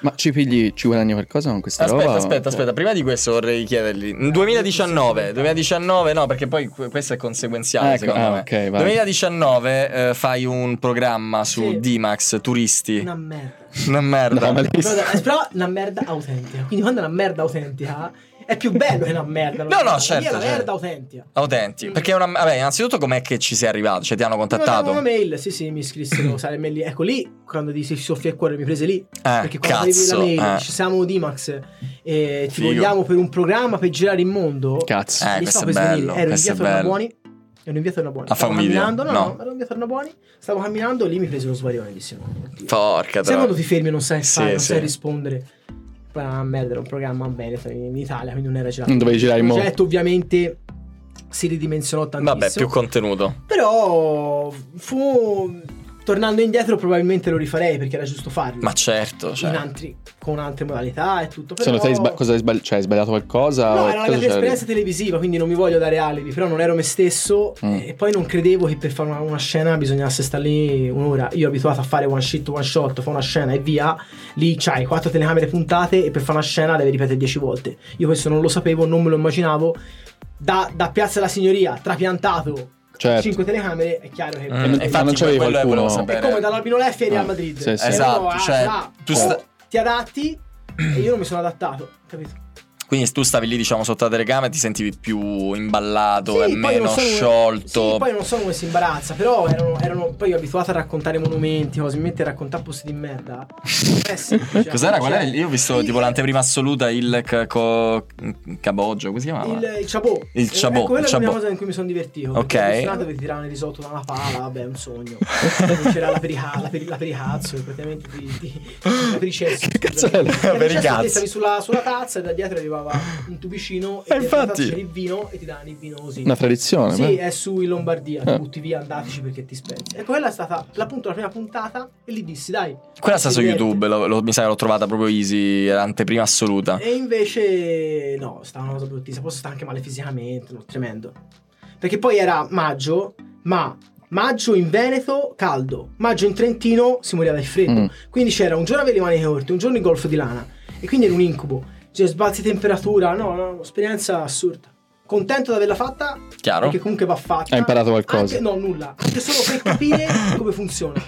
Speaker 2: Ma ci pigli, ci guadagni qualcosa con questa
Speaker 3: Aspetta,
Speaker 2: roba?
Speaker 3: aspetta, aspetta, prima di questo vorrei
Speaker 1: Eh,
Speaker 3: chiedergli. 2019, 2019, no, perché poi que- questo è conseguenziale
Speaker 2: Ecco,
Speaker 3: secondo
Speaker 2: ah,
Speaker 3: me.
Speaker 2: ok, vai.
Speaker 3: 2019 eh, fai un programma su
Speaker 1: Sì.
Speaker 3: D-Max turisti.
Speaker 1: Una merda.
Speaker 3: Una merda.
Speaker 2: No, ma lì-
Speaker 1: Però, eh, però una merda autentica. Quindi quando è una merda autentica è più bello che una merda.
Speaker 3: No, no, certo,
Speaker 1: È una
Speaker 3: certo.
Speaker 1: merda autentica.
Speaker 3: Autenti, perché è una vabbè, innanzitutto com'è che ci sei arrivato? Cioè ti hanno
Speaker 1: Mi mandarono una
Speaker 3: contattato?
Speaker 1: mail, sì sì, mi iscrissero, sai, le mail lì. Ecco lì, quando dici soffia il cuore mi prese lì.
Speaker 3: Eh,
Speaker 1: perché quando arrivi la
Speaker 3: cazzo.
Speaker 1: mail,
Speaker 3: eh.
Speaker 1: ci siamo Dimax e ti
Speaker 3: Figo.
Speaker 1: vogliamo per un programma per girare il mondo.
Speaker 2: Cazzo.
Speaker 3: Eh,
Speaker 1: Mi
Speaker 3: questo
Speaker 1: stavo
Speaker 3: è
Speaker 1: per svenire.
Speaker 3: bello,
Speaker 1: Ero
Speaker 3: questo è
Speaker 1: inviato a
Speaker 3: bello.
Speaker 1: Buoni. Ero inviato a Buoni.
Speaker 3: A fare un video?
Speaker 1: camminando, no,
Speaker 3: No.
Speaker 1: no, ero inviato a Buoni. Stavo camminando, lì mi prese lo svarione. Dissi, no, oddio.
Speaker 3: Porca
Speaker 1: Sai
Speaker 3: troia.
Speaker 1: quando ti fermi e non sai
Speaker 3: Sì,
Speaker 1: fare, non
Speaker 3: sì.
Speaker 1: sai rispondere. Poi era una merda, era un programma a Veneto in Italia, quindi non era girato.
Speaker 2: Non dovevi girare in
Speaker 1: Il
Speaker 2: mondo.
Speaker 1: progetto ovviamente si ridimensionò tantissimo.
Speaker 3: Vabbè, più contenuto.
Speaker 1: Però fu tornando indietro probabilmente lo rifarei perché era giusto farlo.
Speaker 3: Ma certo,
Speaker 1: in
Speaker 3: cioè.
Speaker 1: altri, con altre modalità e tutto. Però...
Speaker 2: Secondo te hai sba- cosa hai sbagli- cioè, hai sbagliato qualcosa?
Speaker 1: No,
Speaker 2: o
Speaker 1: era la mia
Speaker 2: cosa
Speaker 1: prima
Speaker 2: c'era lì?
Speaker 1: esperienza televisiva, quindi non mi voglio dare alibi, però non ero me stesso
Speaker 2: Mm.
Speaker 1: e poi non credevo che per fare una, una scena bisognasse stare lì un'ora. Io ero abituato a fare one shit, one shot, fa una scena e via. Lì c'hai quattro telecamere puntate e per fare una scena devi ripetere dieci volte. Io questo non lo sapevo, non me lo immaginavo. Da, da Piazza della Signoria, trapiantato,
Speaker 2: Certo.
Speaker 1: cinque telecamere, è chiaro che...
Speaker 3: Mm,
Speaker 2: non-
Speaker 3: infatti,
Speaker 2: non c'avevi
Speaker 3: quello è-
Speaker 2: qualcuno.
Speaker 3: volevo
Speaker 1: È
Speaker 3: sapere.
Speaker 1: come dall'Albino Leffi ai Real
Speaker 2: Ah,
Speaker 1: Madrid.
Speaker 2: sì, sì.
Speaker 1: Eh,
Speaker 3: Esatto,
Speaker 1: no, ah,
Speaker 3: cioè,
Speaker 1: là,
Speaker 3: tu
Speaker 1: oh,
Speaker 3: sta-
Speaker 1: ti adatti e io non mi sono adattato, capito?
Speaker 3: Quindi tu stavi lì, diciamo, sotto la telecamera e ti sentivi più imballato e
Speaker 1: poi
Speaker 3: meno
Speaker 1: non sono-
Speaker 3: sciolto.
Speaker 1: sì, poi non so come si imbarazza, però erano, erano poi io abituato a raccontare monumenti, cose, mi mette a raccontare posti di merda. Eh sì, cioè,
Speaker 3: Cos'era? Qual
Speaker 1: cioè,
Speaker 3: era? il- Io ho visto
Speaker 1: il-
Speaker 3: tipo l'anteprima assoluta, il c- co- caboggio, come si chiamava?
Speaker 1: Il, il Chabot.
Speaker 3: Ah. Il Chabot,
Speaker 1: Ecco, quella
Speaker 3: il
Speaker 1: è la
Speaker 3: Chabot.
Speaker 1: cosa in cui mi sono divertito.
Speaker 3: Ok.
Speaker 1: perché Appassionato che tiravano il risotto da una pala, vabbè, è un sogno. Poi c'era la, perica, la, peri- la pericazzo, che praticamente ti, ti, la pericezzo.
Speaker 2: Che cazzo è la-
Speaker 1: La pericazzo
Speaker 3: pericazzo?
Speaker 1: ti stavi sulla, sulla tazza e da dietro arrivava un tubicino
Speaker 3: Eh,
Speaker 1: e dentro la
Speaker 3: infatti.
Speaker 1: tazza c'era il vino e ti davano il vino così.
Speaker 2: Una tradizione.
Speaker 1: Sì,
Speaker 2: beh.
Speaker 1: è su in Lombardia,
Speaker 2: Eh.
Speaker 1: ti butti via, andateci perché ti spezzi. E quella è stata l'appunto la prima puntata e lì dissi, dai.
Speaker 3: Quella sta
Speaker 1: si
Speaker 3: su
Speaker 1: diverte.
Speaker 3: YouTube, lo- lo- mi sa che l'ho trovata proprio easy, era anteprima
Speaker 2: Ah.
Speaker 3: assoluta.
Speaker 1: E invece no, stava una cosa bruttissima, poi sta anche male fisicamente, no, tremendo. Perché poi era maggio, ma maggio in Veneto caldo, maggio in Trentino si moriva dal freddo.
Speaker 2: Mm.
Speaker 1: Quindi c'era un giorno avevi le maniche corte, un giorno il golfo di lana. E quindi era un incubo. Cioè, sbalzi di temperatura, no, no, esperienza assurda. Contento di averla fatta,
Speaker 3: Chiaro?
Speaker 1: Perché comunque va fatta.
Speaker 2: Hai imparato qualcosa?
Speaker 1: Anche- no, nulla. Anche solo per capire come funziona.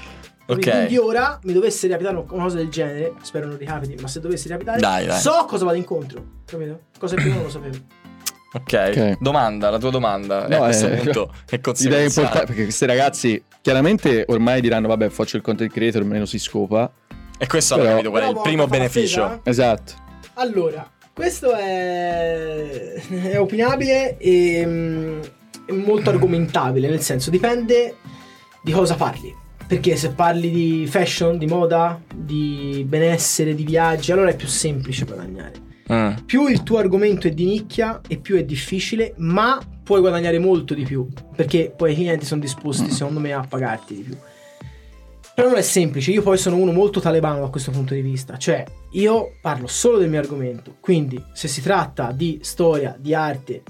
Speaker 3: Ok.
Speaker 1: Quindi ora mi dovesse riapitare una cosa del genere, spero non ricapiti, ma se dovesse riapitare,
Speaker 3: Dai, dai.
Speaker 1: so cosa vado incontro. Capito? Cosa che prima non lo sapevo.
Speaker 3: Ok.
Speaker 2: Ok.
Speaker 3: Domanda, la tua domanda. e
Speaker 2: No,
Speaker 3: a questo
Speaker 2: eh,
Speaker 3: punto è
Speaker 2: L'idea è
Speaker 3: conseguenziale.
Speaker 2: importante perché questi ragazzi chiaramente ormai diranno vabbè faccio il content creator meno si scopa.
Speaker 3: E questo hanno
Speaker 2: Però-
Speaker 3: capito qual è il
Speaker 1: Però
Speaker 3: primo
Speaker 1: volta fa la
Speaker 3: beneficio.
Speaker 1: spesa?
Speaker 2: Esatto.
Speaker 1: Allora, questo è, è opinabile e mm, è molto argomentabile, nel senso dipende di cosa parli. Perché se parli di fashion, di moda, di benessere, di viaggi, allora è più semplice guadagnare.
Speaker 3: Mm.
Speaker 1: Più il tuo argomento è di nicchia e più è difficile, ma puoi guadagnare molto di più, perché poi i clienti sono
Speaker 3: Mm.
Speaker 1: disposti, secondo me, a pagarti di più. Però non è semplice, io poi sono uno molto talebano da questo punto di vista, cioè io parlo solo del mio argomento, quindi se si tratta di storia, di arte,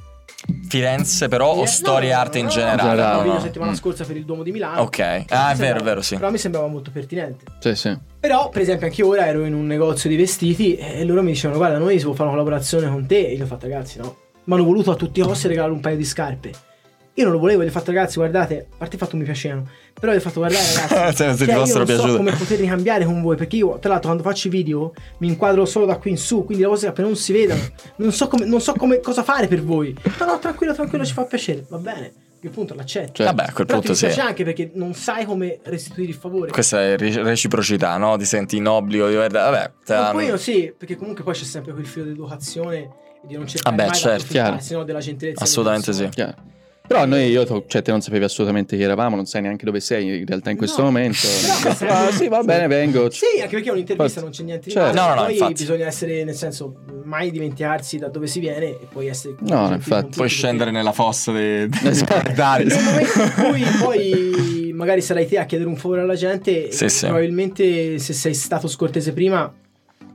Speaker 3: Mm. Firenze però
Speaker 1: Eh,
Speaker 3: o
Speaker 1: no,
Speaker 3: storia e
Speaker 1: no,
Speaker 3: arte in
Speaker 1: no,
Speaker 3: generale?
Speaker 1: no,
Speaker 2: generale,
Speaker 1: ho fatto un
Speaker 3: no,
Speaker 1: video
Speaker 3: no.
Speaker 1: settimana
Speaker 2: Mm.
Speaker 1: scorsa per il Duomo di Milano.
Speaker 3: Ok, ah
Speaker 1: Mi
Speaker 3: è vero, è
Speaker 1: sembrava-
Speaker 3: vero, sì.
Speaker 1: Però mi sembrava molto pertinente.
Speaker 2: Sì, sì.
Speaker 1: Però, per esempio, anche ora ero in un negozio di vestiti e loro mi dicevano: Guarda, noi si può fare una collaborazione con te. E io gli ho fatto, ragazzi, no. Mi hanno voluto a tutti i costi regalare un paio di scarpe. Io non lo volevo, gli ho fatto, ragazzi, guardate, a parte il fatto che mi piacevano. Però gli ho fatto, guardate,
Speaker 3: Cioè,
Speaker 1: ragazzi.
Speaker 3: se ti
Speaker 1: cioè, io non
Speaker 3: fossero
Speaker 1: so
Speaker 3: piaciute.
Speaker 1: come poterli cambiare con voi. Perché io, tra l'altro, quando faccio i video mi inquadro solo da qui in su. Quindi le cose appena non si vedono. Non so, come, non so come- cosa fare per voi. No, no, tranquillo, tranquillo, ci fa piacere. Va bene. Il punto l'accetto.
Speaker 2: Cioè,
Speaker 3: Vabbè, a quel
Speaker 1: Però ti
Speaker 3: punto sì.
Speaker 1: piace anche perché non sai come restituire il favore.
Speaker 3: Questa è re- reciprocità, no? Ti senti in obbligo di guarda- Vabbè, te
Speaker 1: Ma
Speaker 3: la-
Speaker 1: poi io sì, perché comunque poi c'è sempre quel filo dell'educazione e di non cercare
Speaker 3: Vabbè,
Speaker 1: mai di
Speaker 3: certo,
Speaker 1: approfittare,
Speaker 2: chiaro.
Speaker 1: se no della gentilezza.
Speaker 3: Assolutamente
Speaker 1: delle
Speaker 3: sì.
Speaker 1: persone.
Speaker 2: chiaro. Però noi io to- cioè te non sapevi assolutamente chi eravamo, non sai neanche dove sei in realtà in questo
Speaker 1: No.
Speaker 2: momento.
Speaker 1: Però-
Speaker 2: Ah, sì, va bene, vengo.
Speaker 1: Sì, anche perché è un'intervista,
Speaker 2: Infatti.
Speaker 1: non c'è niente di
Speaker 2: Certo.
Speaker 1: male,
Speaker 3: No, no, no,
Speaker 1: poi
Speaker 3: infatti.
Speaker 1: bisogna essere, nel senso, mai dimenticarsi da dove si viene e poi essere...
Speaker 2: No,
Speaker 1: gentili
Speaker 2: infatti.
Speaker 1: con tutti,
Speaker 3: Puoi
Speaker 1: perché
Speaker 3: scendere nella fossa dei, dei
Speaker 2: Esatto.
Speaker 3: proprietari.
Speaker 1: Nel momento in cui poi magari sarai te a chiedere un favore alla gente,
Speaker 3: Sì,
Speaker 1: e
Speaker 3: sì.
Speaker 1: probabilmente se sei stato scortese prima,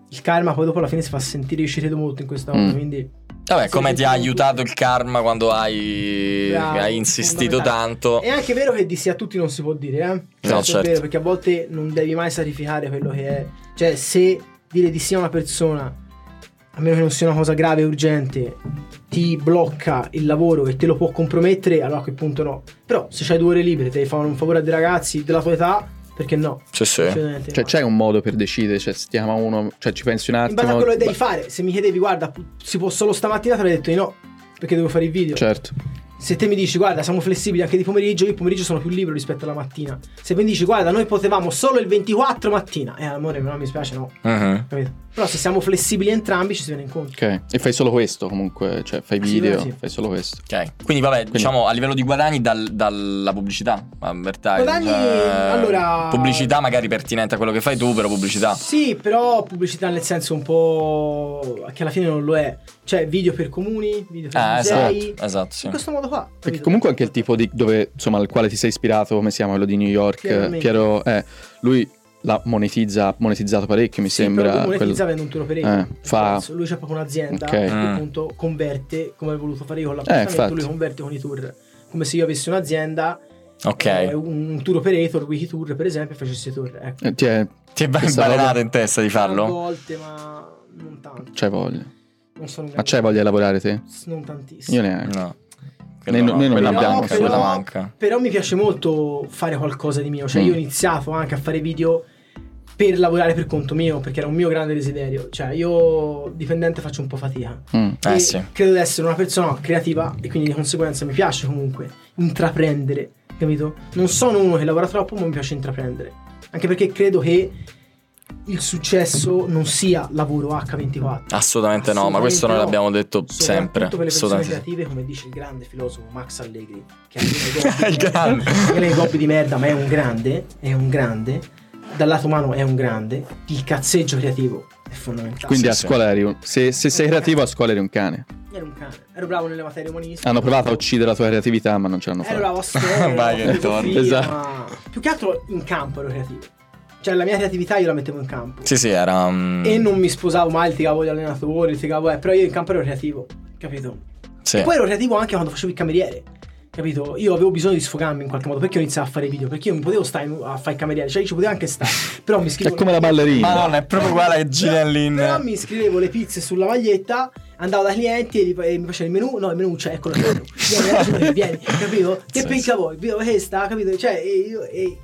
Speaker 1: il karma poi dopo alla fine si fa sentire uscito molto in questa onda,
Speaker 2: Mm.
Speaker 1: quindi...
Speaker 3: Vabbè, come ti ha
Speaker 1: Sì,
Speaker 3: aiutato il karma quando hai,
Speaker 1: Bravo,
Speaker 3: hai insistito
Speaker 1: fondamentale.
Speaker 3: tanto?
Speaker 1: È anche vero che di sì a tutti non si può dire, eh? Questo è
Speaker 3: certo.
Speaker 1: vero, perché a volte non devi mai sacrificare quello che è. Cioè, se dire di sì a una persona, a meno che non sia una cosa grave e urgente, ti blocca il lavoro e te lo può compromettere, allora a quel punto no. Però se c'hai due ore libere, te fai un favore a dei ragazzi della tua età, perché no?
Speaker 3: Sì, sì.
Speaker 1: Assolutamente
Speaker 2: Cioè
Speaker 1: no.
Speaker 2: c'è un modo per decidere, cioè si chiama uno, cioè ci pensi un
Speaker 1: In
Speaker 2: attimo.
Speaker 1: base a quello che devi
Speaker 2: ba-
Speaker 1: fare, se mi chiedevi, guarda, si può solo stamattina, te avrei detto di no, perché devo fare il video.
Speaker 2: Certo.
Speaker 1: Se te mi dici guarda siamo flessibili anche di pomeriggio, io il pomeriggio sono più libero rispetto alla mattina. Se mi dici guarda noi potevamo solo il 24 mattina, eh amore no, mi spiace no,
Speaker 3: Mhm.
Speaker 1: capito? Però se siamo flessibili entrambi ci si viene incontro.
Speaker 2: Ok, e fai solo questo comunque, cioè fai
Speaker 1: Sì,
Speaker 2: video,
Speaker 1: sì.
Speaker 2: fai solo questo.
Speaker 3: Ok, quindi vabbè, diciamo a livello di guadagni dal- dalla pubblicità, advertising.
Speaker 1: Guadagni, allora-
Speaker 3: cioè, Pubblicità magari pertinente a quello che fai tu, però pubblicità.
Speaker 1: Sì, però pubblicità nel senso un po' che alla fine non lo è. Cioè, video per comuni, video per
Speaker 3: Ah,
Speaker 1: musei.
Speaker 3: esatto, esatto, sì.
Speaker 1: In questo modo qua.
Speaker 2: Perché
Speaker 1: capito?
Speaker 2: comunque anche il tipo di dove, insomma, al quale ti sei ispirato, come si chiama quello di New York,
Speaker 1: Piero Menchi.
Speaker 2: Piero, eh, lui la monetizza, ha monetizzato parecchio, mi
Speaker 1: Sì,
Speaker 2: sembra.
Speaker 1: però lui monetizza
Speaker 2: quello-
Speaker 1: avendo un tour
Speaker 2: Eh,
Speaker 1: operator
Speaker 2: fa-
Speaker 1: Nel senso, Cioè, lui c'ha proprio un'azienda
Speaker 2: Ok.
Speaker 1: che
Speaker 3: Mm.
Speaker 1: appunto converte come ha voluto fare io con
Speaker 2: Eh,
Speaker 1: l'appuntamento
Speaker 2: infatti.
Speaker 1: lui converte con i tour come se io avessi un'azienda
Speaker 3: Ok.
Speaker 1: eh, un un tour operator Wikitour per esempio e facessi i tour ecco
Speaker 2: Eh, ti è-
Speaker 3: Ti è
Speaker 2: Questa
Speaker 3: balenata
Speaker 2: roba-
Speaker 3: in testa di
Speaker 1: a
Speaker 3: farlo?
Speaker 1: volte ma non tanto
Speaker 2: c'hai voglia.
Speaker 1: non sono un
Speaker 2: Ma
Speaker 1: grande-
Speaker 2: c'hai voglia di lavorare te?
Speaker 1: non tantissimo
Speaker 2: Io neanche.
Speaker 3: No.
Speaker 2: Noi-
Speaker 3: no,
Speaker 2: noi non
Speaker 3: quella
Speaker 1: abbiamo
Speaker 3: manca,
Speaker 1: quello.
Speaker 3: quella manca.
Speaker 1: Però mi piace molto fare qualcosa di mio. Cioè,
Speaker 2: Mm.
Speaker 1: io ho iniziato anche a fare video per lavorare per conto mio, perché era un mio grande desiderio. Cioè, io dipendente faccio un po' fatica.
Speaker 2: Mm.
Speaker 3: Eh
Speaker 1: E
Speaker 3: sì.
Speaker 1: Credo di essere una persona creativa e quindi di conseguenza mi piace comunque intraprendere, capito? Non sono uno che lavora troppo, ma mi piace intraprendere. Anche perché credo che il successo non sia lavoro H24.
Speaker 3: Assolutamente no,
Speaker 1: Assolutamente
Speaker 3: ma questo noi
Speaker 1: no.
Speaker 3: l'abbiamo detto
Speaker 1: Soprattutto
Speaker 3: sempre.
Speaker 1: per le persone
Speaker 3: Assolutamente.
Speaker 1: creative, come dice il grande filosofo Max Allegri, che ha delle gobbe-
Speaker 3: Il grande.
Speaker 1: che le coppie di merda, ma è un grande, è un grande, dal lato umano è un grande, il cazzeggio creativo è fondamentale.
Speaker 2: Quindi
Speaker 3: Sì,
Speaker 2: a
Speaker 3: sì.
Speaker 2: scuola eri un... se, se
Speaker 1: Eh,
Speaker 2: sei creativo a scuola eri un cane.
Speaker 1: ero un cane, ero bravo nelle materie umanistiche.
Speaker 2: Hanno provato a uccidere la tua creatività, ma non ce l'hanno
Speaker 1: Ero
Speaker 2: fatta.
Speaker 1: bravo a storia,
Speaker 3: Vai che
Speaker 1: ero bravo a
Speaker 3: torni.
Speaker 1: filosofia,
Speaker 2: Esatto.
Speaker 1: eh, ma più che altro in campo ero creativo. Cioè la mia creatività io la mettevo in campo.
Speaker 3: Sì, sì, era mm,
Speaker 1: E non mi sposavo mai, litigavo gli allenatori, litigavo, eh, però io in campo ero creativo, capito?
Speaker 3: sì.
Speaker 1: E poi ero creativo anche quando facevo il cameriere. Capito? Io avevo bisogno di sfogarmi in qualche modo perché ho iniziato a fare video. Perché io non potevo stare in- a fare il cameriere, cioè io ci potevo anche stare. Però
Speaker 3: Cioè,
Speaker 1: mi scrivo.
Speaker 2: È come la ballerina.
Speaker 3: Madonna, è proprio uguale a Ginellin.
Speaker 1: Però mi scrivevo le pizze sulla maglietta, andavo da clienti e, gli- e mi faceva il menù. No, il menù c'è, eccolo il menù. Vieni, ragazzi, vieni, capito? Che
Speaker 3: Sì,
Speaker 1: pensa voi? Vedo questa, capito? Cioè, e io, e-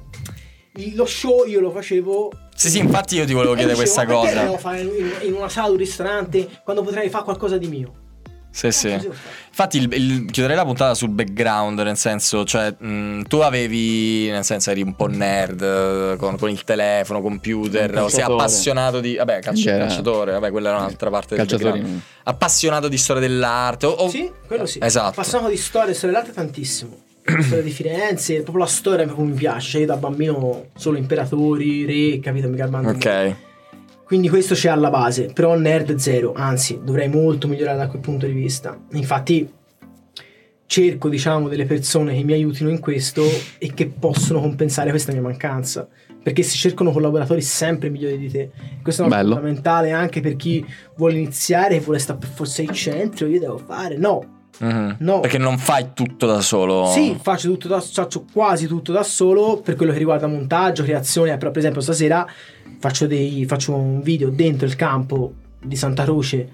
Speaker 1: il- lo show io lo facevo.
Speaker 3: Sì, sì, infatti io ti volevo
Speaker 1: e
Speaker 3: chiedere
Speaker 1: Eh, dicevo,
Speaker 3: questa
Speaker 1: "Ma perché
Speaker 3: cosa.
Speaker 1: devo fare in, in una sala, un ristorante, quando potrei fare qualcosa di mio.
Speaker 3: Sì,
Speaker 1: Cazzo,
Speaker 3: sì.
Speaker 1: devo fare.
Speaker 3: Infatti, il- il- chiuderei la puntata sul background, nel senso, cioè, mh, tu avevi, nel senso, eri un po' nerd eh, con, con il telefono, computer,
Speaker 2: Un
Speaker 3: o sei
Speaker 2: calciatore.
Speaker 3: appassionato di. Vabbè, calci-
Speaker 2: C'era-
Speaker 3: calciatore, vabbè, quella era un'altra parte del
Speaker 2: Calciatori.
Speaker 3: background. Appassionato di storia dell'arte. O, o-
Speaker 1: Sì, quello sì.
Speaker 3: Oh. Esatto.
Speaker 1: Passavo di storia e storia dell'arte tantissimo. storia di Firenze, proprio la storia proprio mi piace. cioè Io da bambino solo imperatori, re, capito? Mi calmando.
Speaker 3: Ok.
Speaker 1: Quindi questo c'è alla base, però nerd zero, anzi dovrei molto migliorare da quel punto di vista. Infatti cerco diciamo delle persone che mi aiutino in questo e che possono compensare questa mia mancanza, perché si cercano collaboratori sempre migliori di te. Questo è una cosa
Speaker 2: Bello.
Speaker 1: fondamentale anche per chi vuole iniziare e vuole stare per forza in centro, io devo fare, no.
Speaker 3: Mhm.
Speaker 1: No.
Speaker 3: Perché non fai tutto da solo.
Speaker 1: Sì, faccio, tutto da, faccio quasi tutto da solo per quello che riguarda montaggio, creazione. Però, per esempio, stasera faccio, dei, faccio un video dentro il campo di Santa Croce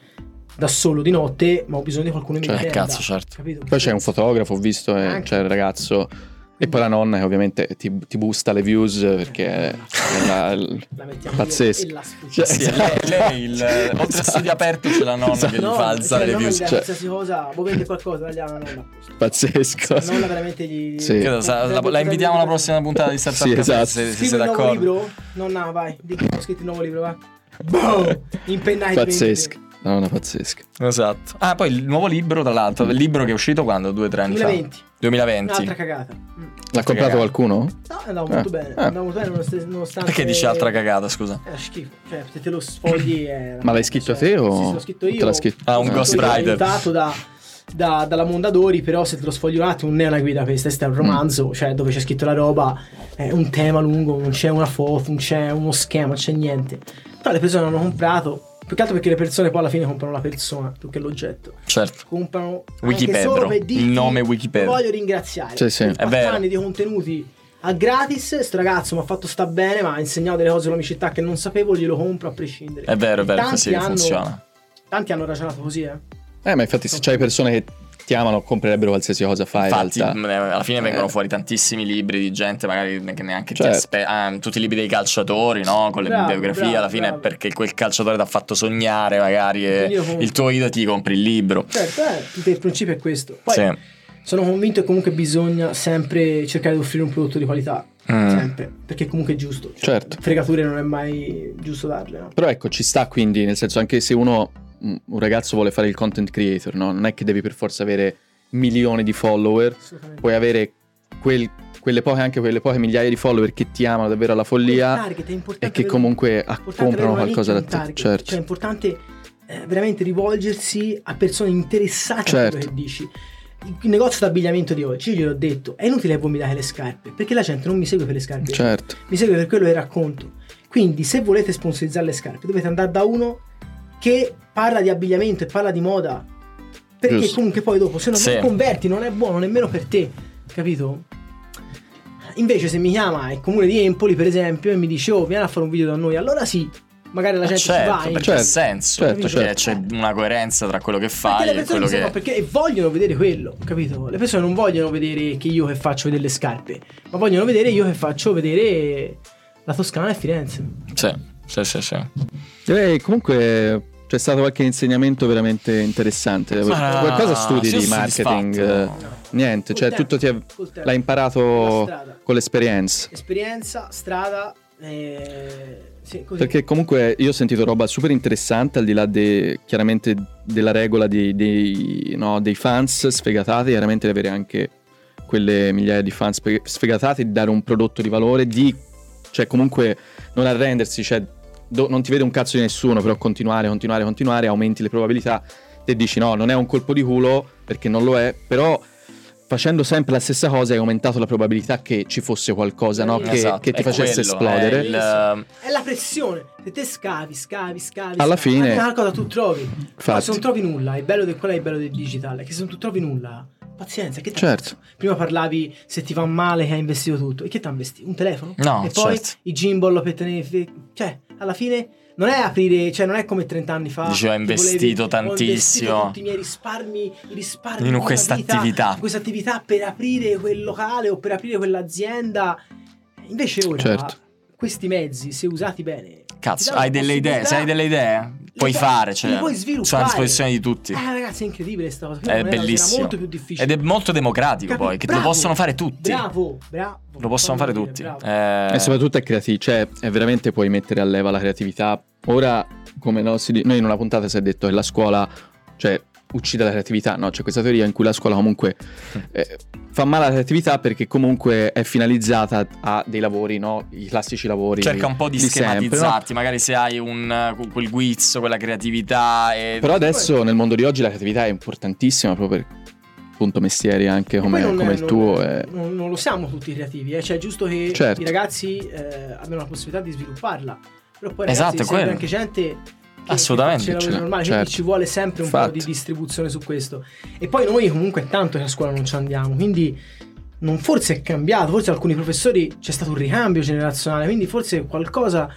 Speaker 1: da solo di notte, ma ho bisogno di qualcuno che mi
Speaker 2: Cioè,
Speaker 1: prenda.
Speaker 3: cazzo, certo.
Speaker 1: Capito?
Speaker 2: Poi c'è un fotografo, ho visto, e
Speaker 1: Anche.
Speaker 2: c'è il ragazzo. E poi la nonna che ovviamente ti, ti busta le views eh, perché è la- il-
Speaker 1: La mettiamo
Speaker 2: Pazzesco.
Speaker 1: lì e la sfuggiamo.
Speaker 2: Cioè,
Speaker 3: Sì, lei, lei il, eh, oltre
Speaker 2: Esatto.
Speaker 3: a studio aperto c'è la nonna che
Speaker 2: Esatto.
Speaker 3: gli fa alzare
Speaker 1: cioè,
Speaker 3: le
Speaker 1: non
Speaker 3: views.
Speaker 1: gli dà
Speaker 2: Cioè-
Speaker 1: qualsiasi cosa, vuoi vendere qualcosa, dagli alla nonna.
Speaker 2: pazzesco.
Speaker 1: La nonna veramente gli... Cioè,
Speaker 2: Sì.
Speaker 3: Credo, sa- la, la invitiamo alla prossima puntata di Startup
Speaker 2: Sì,
Speaker 3: Café,
Speaker 2: esatto.
Speaker 3: se, se
Speaker 1: Scrivi
Speaker 3: siete
Speaker 1: il nuovo
Speaker 3: d'accordo.
Speaker 1: libro? Nonna, vai, di chi ho scritto il nuovo libro, vai. Boom! Impennai
Speaker 2: Pazzesco. La nonna pazzesca.
Speaker 3: Esatto. Ah, poi il nuovo libro, tra l'altro, il libro che è uscito quando? Due, tre anni
Speaker 1: 2020.
Speaker 3: fa? 2020.
Speaker 1: Un'altra cagata. Mm.
Speaker 2: L'ha comprato
Speaker 3: cagata.
Speaker 2: qualcuno?
Speaker 1: No, andavo
Speaker 2: Eh,
Speaker 1: molto bene.
Speaker 2: eh.
Speaker 1: Andavo molto bene nonost- nonostante.
Speaker 3: Perché dici altra cagata, scusa?
Speaker 1: È schifo. Cioè, se te lo sfogli. È
Speaker 2: Ma l'hai scritto
Speaker 1: cioè,
Speaker 2: te o?
Speaker 1: Sì, sì, l'ho scritto io.
Speaker 2: Te l'ha scritto?
Speaker 3: Ah, un
Speaker 2: Eh.
Speaker 3: Ghost
Speaker 1: Sono
Speaker 3: Rider.
Speaker 1: aiutato da, da- dalla Mondadori, però se te lo sfoglio un attimo non è una guida questa, questo è
Speaker 2: Mm.
Speaker 1: un romanzo, cioè dove c'è scritto la roba, è un tema lungo, non c'è una foto, non c'è uno schema, non c'è niente. Però le persone hanno comprato. Più che altro perché le persone poi alla fine comprano la persona più che l'oggetto.
Speaker 3: Certo.
Speaker 1: Comprano anche solo
Speaker 3: Wikipedro.
Speaker 1: per
Speaker 3: Il
Speaker 1: dirti,
Speaker 3: nome Wikipedia.
Speaker 1: Voglio ringraziare.
Speaker 2: Sì, sì.
Speaker 3: È vero.
Speaker 1: anni di contenuti a gratis. Sto ragazzo mi ha fatto sta bene, ma ha insegnato delle cose sull'amicità che non sapevo, glielo compro a prescindere.
Speaker 3: È vero, è vero,
Speaker 1: Tanti
Speaker 3: così che
Speaker 1: hanno-
Speaker 3: funziona.
Speaker 1: Tanti hanno ragionato così, eh.
Speaker 2: Eh, ma infatti se c'hai persone che ti amano comprerebbero qualsiasi cosa fai
Speaker 3: Infatti,
Speaker 2: Ah, in
Speaker 3: mh,
Speaker 2: realtà.
Speaker 3: alla fine vengono
Speaker 2: Eh.
Speaker 3: fuori tantissimi libri di gente, magari che neanche ti
Speaker 2: Certo.
Speaker 3: aspe- ah, tutti i libri dei calciatori, no? Con le
Speaker 1: Bravo,
Speaker 3: biografie,
Speaker 1: bravo,
Speaker 3: alla fine
Speaker 1: bravo.
Speaker 3: è perché quel calciatore ti ha fatto sognare, magari, e
Speaker 1: Quindi io comunque-
Speaker 3: il tuo idolo ti compri il libro.
Speaker 1: Certo, eh, tutto il principio è questo. Poi
Speaker 3: sì.
Speaker 1: sono convinto che comunque bisogna sempre cercare di offrire un prodotto di qualità.
Speaker 3: Mm.
Speaker 1: sempre, perché comunque è giusto. Cioè,
Speaker 2: Certo.
Speaker 1: Fregature non è mai giusto darle, no?
Speaker 2: Però ecco, ci sta quindi, nel senso anche se uno, mh, un ragazzo vuole fare il content creator, no? non è che devi per forza avere milioni di follower,
Speaker 1: Assolutamente.
Speaker 2: puoi avere quel- quelle poche, anche quelle poche migliaia di follower che ti amano davvero alla
Speaker 1: Il
Speaker 2: follia
Speaker 1: target è importante
Speaker 2: e che
Speaker 1: avere-
Speaker 2: comunque ah,
Speaker 1: è importante
Speaker 2: comprano
Speaker 1: avere una
Speaker 2: qualcosa da
Speaker 1: nicchia, un
Speaker 2: te.
Speaker 1: target.
Speaker 2: Certo.
Speaker 1: Cioè, è importante eh, veramente rivolgersi a persone interessate a
Speaker 2: Certo.
Speaker 1: quello che dici. Il negozio d'abbigliamento di oggi, io gliel'ho detto, è inutile che voi mi date le scarpe, perché la gente non mi segue per le scarpe,
Speaker 2: Certo,
Speaker 1: mi segue per quello che racconto. Quindi se volete sponsorizzare le scarpe dovete andare da uno che parla di abbigliamento e parla di moda, perché
Speaker 2: Giusto.
Speaker 1: comunque poi dopo se non
Speaker 3: Sì.
Speaker 1: converti non è buono nemmeno per te, capito? Invece se mi chiama il comune di Empoli per esempio e mi dice oh vieni a fare un video da noi, allora sì, magari la
Speaker 3: Ma
Speaker 1: gente ci
Speaker 3: certo,
Speaker 1: va.
Speaker 3: perché
Speaker 1: entra.
Speaker 3: ha
Speaker 2: Certo,
Speaker 3: senso,
Speaker 2: certo,
Speaker 3: perché
Speaker 2: certo.
Speaker 3: c'è una coerenza tra quello che fai
Speaker 1: Perché le
Speaker 3: e
Speaker 1: persone
Speaker 3: quello
Speaker 1: dicono,
Speaker 3: che...
Speaker 1: perché e vogliono vedere quello, capito? Le persone non vogliono vedere che io che faccio vedere le scarpe, ma vogliono vedere io che faccio vedere la Toscana e Firenze.
Speaker 3: Sì, sì, sì, sì.
Speaker 2: direi comunque c'è stato qualche insegnamento veramente interessante.
Speaker 3: Ma-
Speaker 2: Qualcosa studi
Speaker 3: sono
Speaker 2: di marketing?
Speaker 3: soddisfatto.
Speaker 2: eh, Niente,
Speaker 1: Col
Speaker 2: cioè
Speaker 1: tempo,
Speaker 2: tutto ti è-
Speaker 1: col tempo.
Speaker 2: l'hai
Speaker 1: La
Speaker 2: imparato
Speaker 1: strada.
Speaker 2: con l'esperienza.
Speaker 1: Esperienza, strada, eh, sì, così.
Speaker 2: Perché comunque io ho sentito roba super interessante, al di là de- chiaramente della regola di- dei, no, dei fans sfegatati, chiaramente di avere anche quelle migliaia di fans sfe- sfegatati, di dare un prodotto di valore, di cioè comunque non arrendersi, cioè do- non ti vede un cazzo di nessuno, però continuare, continuare, continuare, aumenti le probabilità e dici no, non è un colpo di culo perché non lo è, però facendo sempre la stessa cosa hai aumentato la probabilità che ci fosse qualcosa no? che,
Speaker 3: Esatto,
Speaker 2: che ti
Speaker 3: è
Speaker 2: facesse
Speaker 3: quello, è
Speaker 2: esplodere.
Speaker 3: il-
Speaker 1: è la pressione. Se te scavi, scavi, scavi,
Speaker 2: Alla
Speaker 1: scavi,
Speaker 2: fine-
Speaker 1: una cosa tu trovi. Ma
Speaker 2: Infatti.
Speaker 1: se non trovi nulla, il bello del qual è il bello del digitale? Che se non tu trovi nulla, pazienza, che te ne
Speaker 2: Certo.
Speaker 1: frega? Prima parlavi se ti va male che hai investito tutto. E che ti ha investito? Un telefono?
Speaker 3: No,
Speaker 1: e poi
Speaker 3: certo.
Speaker 1: i gimbal per tenere. fe- Cioè, alla fine. Non è aprire, cioè non è come 30 anni fa.
Speaker 3: Dici, ho
Speaker 1: che
Speaker 3: investito
Speaker 1: volevi- ho investito
Speaker 3: tantissimo.
Speaker 1: tutti i miei risparmi, i risparmi
Speaker 3: In
Speaker 1: di una
Speaker 3: questa
Speaker 1: vita,
Speaker 3: attività.
Speaker 1: in questa attività per aprire quel locale o per aprire quell'azienda. Invece ora
Speaker 2: Certo.
Speaker 1: questi mezzi, se usati bene, ti
Speaker 3: Cazzo,
Speaker 1: danno
Speaker 3: hai delle idee, se hai delle idee, puoi
Speaker 1: puoi-
Speaker 3: fare,
Speaker 1: diciamo le
Speaker 3: cioè,
Speaker 1: puoi
Speaker 3: sono a
Speaker 1: sviluppare.
Speaker 3: disposizione di tutti.
Speaker 1: Eh, ragazzi, è incredibile questa cosa.
Speaker 3: È
Speaker 1: Prima non era-
Speaker 3: bellissimo.
Speaker 1: Era molto più difficile.
Speaker 3: Ed è molto democratico
Speaker 1: Capi-
Speaker 3: poi, che
Speaker 1: bravo,
Speaker 3: lo possono fare tutti.
Speaker 1: Bravo, bravo.
Speaker 3: Lo possono fare
Speaker 1: fammi
Speaker 3: tutti.
Speaker 1: dire, bravo.
Speaker 3: Eh,
Speaker 2: E soprattutto è creativo, cioè è veramente puoi mettere a leva la creatività. Ora, come no, si di- noi in una puntata si è detto che la scuola, cioè, uccide la creatività, no? C'è questa teoria in cui la scuola comunque eh, fa male alla creatività perché comunque è finalizzata a dei lavori, no? I classici lavori.
Speaker 3: Cerca un po' di,
Speaker 2: di sempre,
Speaker 3: schematizzarti, magari se hai un, eh, quel guizzo, quella creatività. E...
Speaker 2: Però adesso nel mondo di oggi la creatività è importantissima proprio per appunto mestieri anche
Speaker 1: E poi
Speaker 2: come,
Speaker 1: non-
Speaker 2: come il
Speaker 1: non-
Speaker 2: tuo. eh, e-
Speaker 1: Non, non lo siamo tutti creativi, eh. cioè è giusto che
Speaker 2: Certo.
Speaker 1: i ragazzi eh, abbiano la possibilità di svilupparla. Però poi
Speaker 3: Esatto,
Speaker 1: ragazzi,
Speaker 3: è
Speaker 1: serve
Speaker 3: quello.
Speaker 1: anche gente che-
Speaker 3: Assolutamente,
Speaker 1: che faccia lavori
Speaker 2: cioè,
Speaker 1: normali,
Speaker 2: certo.
Speaker 1: quindi ci vuole sempre un po'
Speaker 2: Infatti.
Speaker 1: di distribuzione su questo. E poi noi comunque è tanto che a scuola non ci andiamo, quindi non forse è cambiato, forse alcuni professori c'è stato un ricambio generazionale, quindi forse qualcosa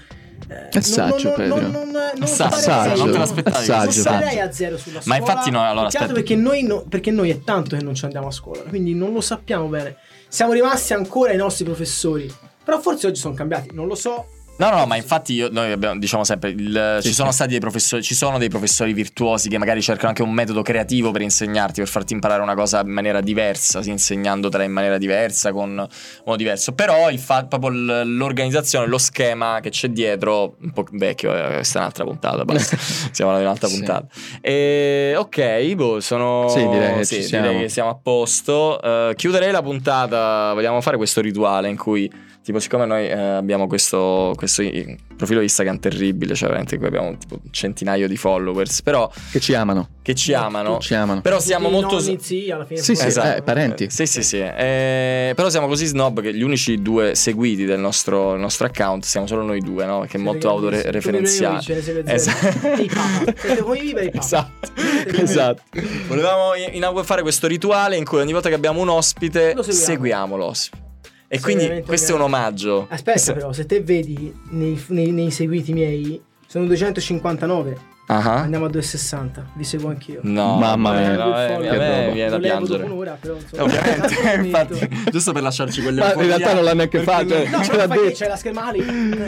Speaker 1: eh, non-
Speaker 2: saggio,
Speaker 1: non, non,
Speaker 2: Pedro.
Speaker 1: non, non, non
Speaker 3: Assaggio,
Speaker 1: sarei-
Speaker 2: non te l'aspettavi.
Speaker 1: non
Speaker 2: Assaggio.
Speaker 1: sarei a zero sulla
Speaker 3: Ma
Speaker 1: scuola.
Speaker 3: infatti no, allora,
Speaker 1: Peccato
Speaker 3: aspetta.
Speaker 1: perché noi, no- perché noi è tanto che non ci andiamo a scuola, quindi non lo sappiamo bene. Siamo rimasti ancora ai nostri professori, però forse oggi sono cambiati, non lo so.
Speaker 3: No, no, ma infatti io- noi abbiamo, diciamo sempre, il-
Speaker 2: Sì,
Speaker 3: ci sono
Speaker 2: sì.
Speaker 3: stati dei professori, ci sono dei professori virtuosi che magari cercano anche un metodo creativo per insegnarti, per farti imparare una cosa in maniera diversa, sì, insegnandotela in maniera diversa, con modo diverso. Però il fa- proprio l- l'organizzazione, lo schema che c'è dietro, un po' vecchio, eh, questa è un'altra puntata, basta. siamo ad un'altra
Speaker 2: Sì.
Speaker 3: puntata. E, ok, boh, sono...
Speaker 2: Sì, direi che ci siamo.
Speaker 3: direi che siamo a posto. Eh, chiuderei la puntata, vogliamo fare questo rituale in cui... Tipo, siccome noi eh, abbiamo questo, questo i- profilo Instagram terribile, cioè veramente in cui abbiamo tipo un centinaio di followers, però
Speaker 2: Che ci amano,
Speaker 3: che ci amano.
Speaker 2: ci amano.
Speaker 3: Però siamo
Speaker 1: Tutti i
Speaker 3: molto.
Speaker 1: nonni, zii, alla fine
Speaker 2: Sì,
Speaker 1: poi-
Speaker 2: sì,
Speaker 3: Esatto.
Speaker 2: eh, parenti.
Speaker 3: Sì, sì, sì. Eh, però siamo così snob che gli unici due seguiti del nostro, del nostro account siamo solo noi due, no? Che è molto autoreferenziale. Esatto. Esatto. esatto. Volevamo i- inaugu- fare questo rituale in cui ogni volta che abbiamo un ospite
Speaker 1: Lo seguiamo.
Speaker 3: seguiamo l'ospite. E
Speaker 1: Sì,
Speaker 3: quindi
Speaker 1: veramente,
Speaker 3: questo è un omaggio.
Speaker 1: Aspetta però, se te vedi nei, nei- nei seguiti miei, sono 259,
Speaker 3: Ah ah.
Speaker 1: andiamo a 260, vi seguo anch'io.
Speaker 3: No,
Speaker 2: Mamma
Speaker 1: Non
Speaker 2: mia.
Speaker 1: è
Speaker 3: eh,
Speaker 1: più
Speaker 3: vabbè,
Speaker 1: follow.
Speaker 3: a me
Speaker 2: roba.
Speaker 3: viene da
Speaker 1: Lo levo dopo
Speaker 3: piangere.
Speaker 1: un'ora, però, insomma.
Speaker 3: Ovviamente,
Speaker 1: Esatto,
Speaker 3: infatti,
Speaker 1: detto.
Speaker 3: giusto per lasciarci quelle
Speaker 2: Ma in
Speaker 3: euforia,
Speaker 2: realtà non l'ha neanche
Speaker 3: perché
Speaker 2: fatto, eh.
Speaker 1: No,
Speaker 2: Ce
Speaker 1: però
Speaker 2: l'ha
Speaker 1: Cioè, fai che
Speaker 2: detto.
Speaker 1: c'è la schermata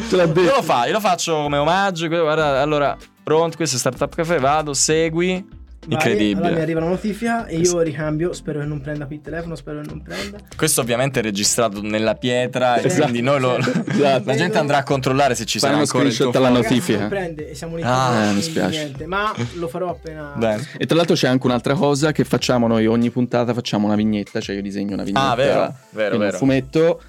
Speaker 2: Ce l'ha detto.
Speaker 3: Io lo, fa- io lo faccio come omaggio. que- Guarda, allora, pronto, questo è Startup Cafe, vado, segui. Incredibile.
Speaker 1: Allora mi arriva la notifica e io ricambio. Spero che non prenda qui il telefono. Spero che non prenda.
Speaker 3: Questo ovviamente è registrato nella pietra e
Speaker 1: Esatto.
Speaker 3: quindi noi lo...
Speaker 1: Esatto.
Speaker 3: La gente andrà a controllare se ci sarà
Speaker 2: Fanno
Speaker 3: ancora il tuo
Speaker 2: screenshot alla
Speaker 3: foglio.
Speaker 1: Ragazzi,
Speaker 2: notifica.
Speaker 1: Non prende e siamo lì.
Speaker 3: Ah,
Speaker 1: così,
Speaker 2: mi
Speaker 1: quindi
Speaker 2: spiace.
Speaker 1: niente, Ma lo farò appena.
Speaker 3: Bene.
Speaker 2: E tra l'altro c'è anche un'altra cosa che facciamo noi ogni puntata, facciamo una vignetta, cioè io disegno una vignetta.
Speaker 3: Ah, vero, vero,
Speaker 2: quindi un
Speaker 3: vero.
Speaker 2: fumetto.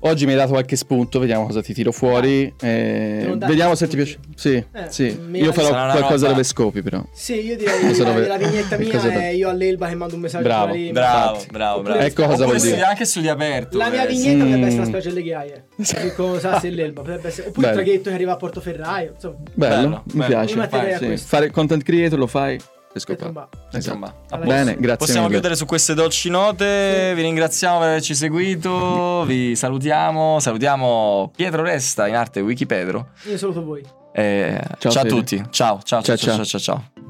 Speaker 2: Oggi mi hai dato qualche spunto, vediamo cosa ti tiro fuori.
Speaker 1: Ah.
Speaker 2: eh,
Speaker 1: devo dare
Speaker 2: vediamo
Speaker 1: dei
Speaker 2: se ti piace.
Speaker 1: spunti.
Speaker 2: Sì,
Speaker 1: Eh,
Speaker 2: sì.
Speaker 1: mi
Speaker 2: Io
Speaker 1: hai-
Speaker 2: farò
Speaker 3: Sarà una
Speaker 2: qualcosa
Speaker 3: roba-
Speaker 2: dove scopi, però.
Speaker 1: Sì, io direi
Speaker 2: Cosa
Speaker 1: che
Speaker 2: dove-
Speaker 1: la vignetta
Speaker 2: che
Speaker 1: mia
Speaker 2: cosa
Speaker 1: è
Speaker 2: dove-
Speaker 1: io all'Elba che mando un messaggio
Speaker 2: Bravo,
Speaker 1: alla Rima.
Speaker 3: Bravo,
Speaker 2: Infatti.
Speaker 3: bravo, bravo.
Speaker 1: Oppure-
Speaker 2: Ecco cosa
Speaker 3: Oppure
Speaker 2: vuol
Speaker 3: studia
Speaker 2: dire.
Speaker 3: anche sugli aperti.
Speaker 1: La mia
Speaker 3: eh, sì.
Speaker 1: vignetta
Speaker 2: Mm.
Speaker 1: potrebbe essere una specie delle ghiaie. Dico, sa se l'Elba potrebbe essere. Oppure
Speaker 2: Bello.
Speaker 1: il traghetto che arriva a Portoferraio. Insomma,
Speaker 2: Bello,
Speaker 3: Bello,
Speaker 2: mi
Speaker 1: Una
Speaker 3: bello.
Speaker 2: piace.
Speaker 1: materia
Speaker 3: fai,
Speaker 2: Sì.
Speaker 1: questa.
Speaker 2: Fare content creator lo fai e scopa.
Speaker 1: Insomma,
Speaker 3: Insomma,
Speaker 1: alla
Speaker 2: Bene,
Speaker 1: prossima.
Speaker 2: grazie
Speaker 3: Possiamo
Speaker 2: mille.
Speaker 3: chiudere su queste dolci note. Vi ringraziamo per averci seguito. Vi salutiamo. Salutiamo Pietro Resta in arte Wikipedro.
Speaker 1: Io saluto voi.
Speaker 3: E
Speaker 2: Ciao,
Speaker 3: ciao a
Speaker 2: Fede.
Speaker 3: tutti. Ciao, ciao, ciao,
Speaker 2: Ciao,
Speaker 3: ciao,
Speaker 2: ciao.
Speaker 3: ciao, ciao. ciao.